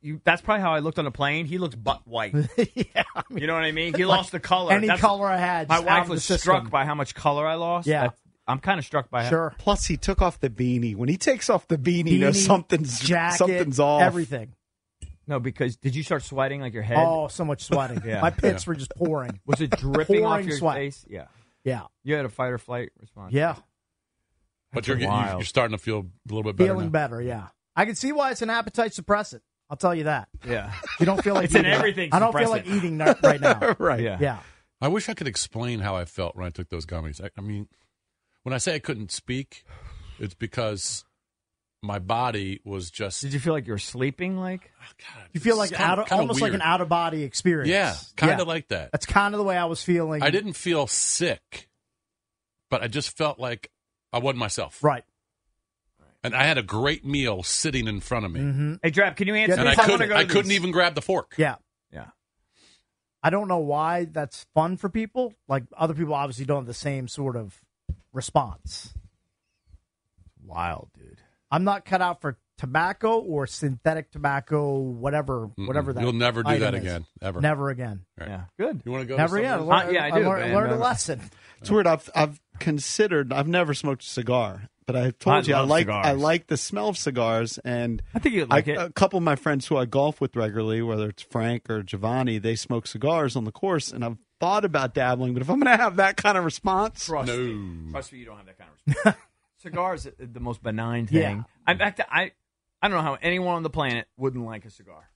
Speaker 2: You, that's probably how I looked on the plane. He looks butt white. you know what I mean? He
Speaker 4: Like,
Speaker 2: lost the color.
Speaker 4: any
Speaker 2: That's-
Speaker 4: color I had,
Speaker 2: My
Speaker 4: just out
Speaker 2: wife
Speaker 4: of the
Speaker 2: was
Speaker 4: system.
Speaker 2: struck by how much color I lost.
Speaker 4: Yeah.
Speaker 2: That's- I'm kind of struck by how.
Speaker 1: Plus, he took off the beanie. When he takes off the beanie, you know
Speaker 4: Beanie,
Speaker 1: something's
Speaker 4: jacket,
Speaker 1: something's off.
Speaker 4: Everything.
Speaker 2: No, because did you start sweating like your head?
Speaker 4: Oh, so much sweating.
Speaker 2: Yeah.
Speaker 4: My pits were just pouring.
Speaker 2: Was it dripping off
Speaker 4: pouring
Speaker 2: your
Speaker 4: sweat.
Speaker 2: face? Yeah.
Speaker 4: Yeah.
Speaker 2: You had a fight or flight response.
Speaker 4: Yeah.
Speaker 3: But you're getting,
Speaker 2: wild.
Speaker 3: you're starting to feel a little bit better.
Speaker 4: Feeling
Speaker 3: now.
Speaker 4: better, yeah. I can see why it's an appetite suppressant. I'll tell you that.
Speaker 2: Yeah.
Speaker 4: You don't feel like
Speaker 2: It's in
Speaker 4: eating right-
Speaker 2: everything
Speaker 4: I don't feel like
Speaker 2: suppressant.
Speaker 4: eating right right now.
Speaker 1: right.
Speaker 2: Yeah.
Speaker 4: Yeah.
Speaker 3: I wish I could explain how I felt when I took those gummies. I, I mean, when I say I couldn't speak, it's because my body was just
Speaker 2: Did you feel like you were sleeping? Like
Speaker 4: You feel like
Speaker 3: It's kinda-
Speaker 4: out of,
Speaker 3: kinda
Speaker 4: almost like
Speaker 3: weird.
Speaker 4: an out of body experience.
Speaker 3: yeah, kind of
Speaker 4: Yeah.
Speaker 3: like that.
Speaker 4: That's kind of the way I was feeling.
Speaker 3: I didn't feel sick, but I just felt like I wasn't myself.
Speaker 4: Right.
Speaker 3: And I had a great meal sitting in front of me,
Speaker 4: Mm-hmm.
Speaker 2: Hey, Drab, can you answer?
Speaker 4: Yeah,
Speaker 3: and I
Speaker 2: this? wanna
Speaker 3: couldn't
Speaker 2: go
Speaker 3: I
Speaker 2: to
Speaker 3: couldn't
Speaker 2: these.
Speaker 3: even grab the fork.
Speaker 4: Yeah.
Speaker 2: Yeah.
Speaker 4: I don't know why that's fun for people. Like other people obviously don't have the same sort of response.
Speaker 2: Wild, dude.
Speaker 4: I'm not cut out for tobacco or synthetic tobacco, whatever,
Speaker 3: Mm-mm.
Speaker 4: whatever that.
Speaker 3: You'll never do
Speaker 4: item
Speaker 3: that
Speaker 4: is.
Speaker 3: again, ever.
Speaker 4: Never again.
Speaker 3: Right.
Speaker 2: Yeah. Good.
Speaker 3: You want to Mm-hmm. go? to
Speaker 4: Never
Speaker 3: some of
Speaker 4: again.
Speaker 3: those?
Speaker 2: Uh, yeah, I do,
Speaker 4: learned,
Speaker 2: man.
Speaker 4: learned
Speaker 2: No,
Speaker 4: a
Speaker 2: no.
Speaker 4: lesson.
Speaker 1: It's weird. I've I've considered. I've never smoked a cigar, but I told
Speaker 2: I
Speaker 1: you I
Speaker 2: love
Speaker 1: like
Speaker 2: cigars.
Speaker 1: I like the smell of cigars. And
Speaker 2: I think you'd
Speaker 1: I-
Speaker 2: like it.
Speaker 1: a couple of my friends who I golf with regularly, whether it's Frank or Giovanni, they smoke cigars on the course, and I've thought about dabbling. But if I'm going to have that kind of response,
Speaker 2: Trust
Speaker 3: No.
Speaker 2: me. Trust me, you don't have that kind of response. Cigars are the most benign thing.
Speaker 4: Yeah.
Speaker 2: In fact, I, I don't know how anyone on the planet wouldn't like a cigar.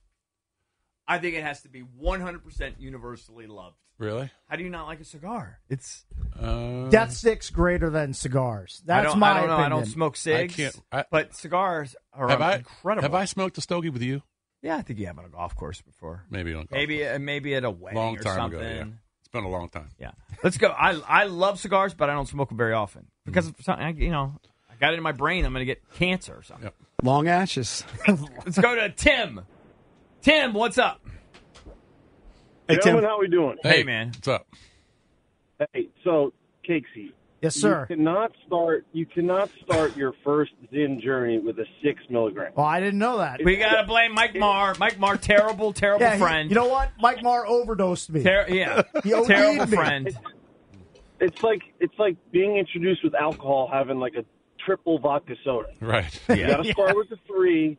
Speaker 2: I think it has to be 100% universally loved.
Speaker 3: Really?
Speaker 2: How do you not like a cigar? It's
Speaker 3: Uh,
Speaker 4: Death sticks greater than cigars.
Speaker 2: I
Speaker 4: That's
Speaker 2: don't,
Speaker 4: my
Speaker 2: I don't know.
Speaker 4: opinion.
Speaker 2: I don't smoke cigs,
Speaker 3: can't- I-
Speaker 2: but cigars are
Speaker 3: Uh, have I
Speaker 2: incredible.
Speaker 3: have I smoked a stogie with you?
Speaker 2: Yeah, I think you have on a golf course before.
Speaker 3: Maybe on a golf
Speaker 2: Maybe uh, maybe at a
Speaker 3: course.
Speaker 2: wedding
Speaker 3: long
Speaker 2: or
Speaker 3: time
Speaker 2: something.
Speaker 3: ago. Yeah, it's been a long time.
Speaker 2: Yeah. Let's go. I I love cigars, but I don't smoke them very often because
Speaker 3: Mm.
Speaker 2: for some- I- you know I got it in my brain. I'm going to get cancer or something.
Speaker 3: Yep.
Speaker 1: long ashes.
Speaker 2: Let's go to Tim. Tim, what's up?
Speaker 1: Hey,
Speaker 7: Gentlemen,
Speaker 1: Tim.
Speaker 7: how we doing?
Speaker 2: Hey, man.
Speaker 3: what's up?
Speaker 7: Hey, so Casey,
Speaker 4: Yes, sir.
Speaker 7: You cannot start. You cannot start your first Zen journey with a six milligram.
Speaker 4: Well, I didn't know that.
Speaker 2: We got to blame Mike Marr. Mike Marr, terrible, terrible
Speaker 4: Yeah, he-
Speaker 2: friend.
Speaker 4: you know what? Mike Marr overdosed me.
Speaker 2: Ter- yeah,
Speaker 4: He OD'd
Speaker 2: terrible
Speaker 4: me.
Speaker 2: friend.
Speaker 7: It's like it's like being introduced with alcohol, having like a triple vodka soda.
Speaker 3: Right.
Speaker 7: You got to start with the three,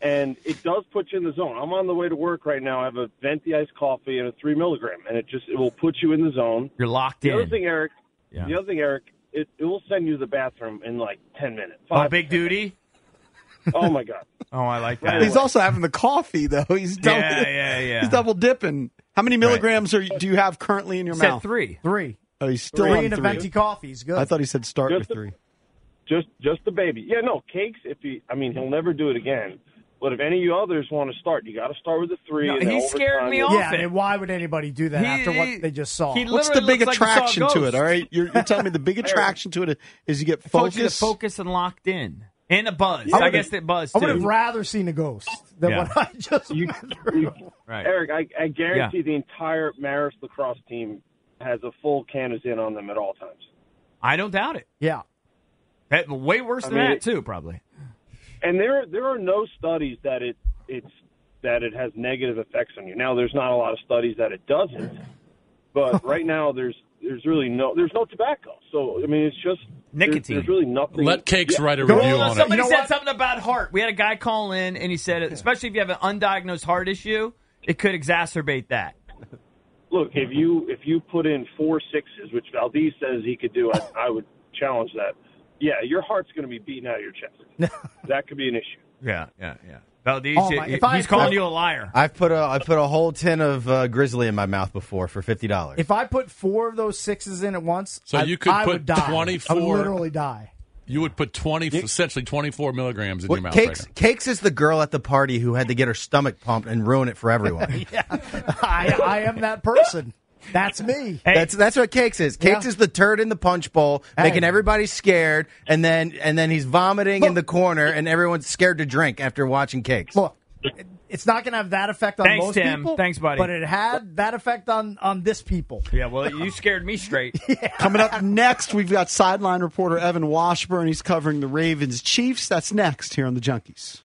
Speaker 7: and it does put you in the zone. I'm on the way to work right now. I have a venti iced coffee and a three milligram, and it just it will put you in the zone.
Speaker 2: You're locked
Speaker 7: The other
Speaker 2: in.
Speaker 7: thing, Eric.
Speaker 2: Yeah.
Speaker 7: The other thing, Eric. It, it will send you to the bathroom in like ten minutes.
Speaker 2: Oh,
Speaker 7: Five-
Speaker 2: big duty.
Speaker 7: oh my god!
Speaker 2: Oh, I like that.
Speaker 1: He's also having the coffee though. He's double,
Speaker 2: yeah, yeah, yeah.
Speaker 1: He's double dipping. How many milligrams are you, do you have currently in your
Speaker 2: Said
Speaker 1: mouth?
Speaker 2: three.
Speaker 4: Three.
Speaker 1: Oh, he's still
Speaker 4: three
Speaker 1: on
Speaker 4: and a
Speaker 1: three.
Speaker 4: venti coffee is good.
Speaker 1: I thought he said start
Speaker 7: Just
Speaker 1: with
Speaker 7: the-
Speaker 1: three.
Speaker 7: Just just the baby. Yeah, no cakes. If he, I mean, he'll never do it again. But if any of you others want to start, you got to start with the three.
Speaker 2: No,
Speaker 7: and then
Speaker 2: he
Speaker 7: over
Speaker 2: scared
Speaker 7: time
Speaker 2: me
Speaker 7: you'll-
Speaker 2: off.
Speaker 4: yeah, I
Speaker 2: it.
Speaker 4: mean, why would anybody do that
Speaker 2: He-
Speaker 4: after
Speaker 2: he-
Speaker 4: what they just saw?
Speaker 2: he
Speaker 1: What's the
Speaker 2: Literally
Speaker 1: big
Speaker 2: looks like he saw a
Speaker 1: attraction to it?
Speaker 2: ghost.
Speaker 1: All right, you're, you're telling me the big attraction to it is you get
Speaker 2: Told you to
Speaker 1: focus.
Speaker 2: focus and locked in, and a buzz.
Speaker 4: I
Speaker 2: I,
Speaker 4: would've-
Speaker 2: guess that buzz
Speaker 4: I
Speaker 2: too.
Speaker 4: would have rather seen a ghost than
Speaker 2: Yeah.
Speaker 4: what I just went through.
Speaker 2: right.
Speaker 7: Eric, I, I guarantee the entire Marist lacrosse team has a full can of Zin on them at all times.
Speaker 2: I don't doubt it.
Speaker 4: Yeah.
Speaker 2: That, way worse
Speaker 7: I
Speaker 2: than
Speaker 7: mean,
Speaker 2: that
Speaker 7: it-
Speaker 2: too, probably.
Speaker 14: and there there are no studies that it it's that it has negative effects on you. Now there's not a lot of studies that it doesn't, but right now there's there's really no there's no tobacco. So I mean it's just there's-
Speaker 2: Nicotine.
Speaker 14: There's, really nothing.
Speaker 3: Let Cakes
Speaker 14: Yeah.
Speaker 3: write a review on it.
Speaker 2: Somebody said something about heart. We had a guy call in and he said, especially if you have an undiagnosed heart issue, it could exacerbate that.
Speaker 14: Look, if you if you put in four sixes, which Valdez says he could do, I, I would challenge that. Yeah, your heart's going to be beating out of your chest. that could be an issue.
Speaker 2: Yeah, yeah, yeah. Valdez,
Speaker 14: Oh, my-
Speaker 2: he's
Speaker 14: if I
Speaker 2: calling
Speaker 14: put-
Speaker 2: you a liar.
Speaker 5: I've put a I put a whole tin of uh, grizzly in my mouth before for fifty dollars.
Speaker 4: If I put four of those sixes in at once,
Speaker 5: So
Speaker 4: I-
Speaker 5: you could
Speaker 4: I
Speaker 5: put
Speaker 4: would die. I
Speaker 5: 24
Speaker 4: would literally die.
Speaker 3: You would put twenty, essentially twenty-four milligrams in your mouth.
Speaker 5: cakes
Speaker 3: Right
Speaker 5: cakes is the girl at the party who had to get her stomach pumped and ruin it for everyone.
Speaker 4: I, I am that person. That's me.
Speaker 5: That's that's what cakes is. Cakes
Speaker 4: Yeah.
Speaker 5: is the turd in the punch bowl,
Speaker 4: Hey.
Speaker 5: making everybody scared, and then and then he's vomiting in the corner, and everyone's scared to drink after watching cakes.
Speaker 4: Look, it's not going to have that effect on
Speaker 5: Thanks,
Speaker 4: most
Speaker 5: Tim.
Speaker 4: people.
Speaker 5: Thanks, buddy.
Speaker 4: But it had that effect on on this people.
Speaker 2: Yeah, well, you scared me straight.
Speaker 1: Coming up next, we've got sideline reporter Evan Washburn. He's covering the Ravens Chiefs. That's next here on the Junkies.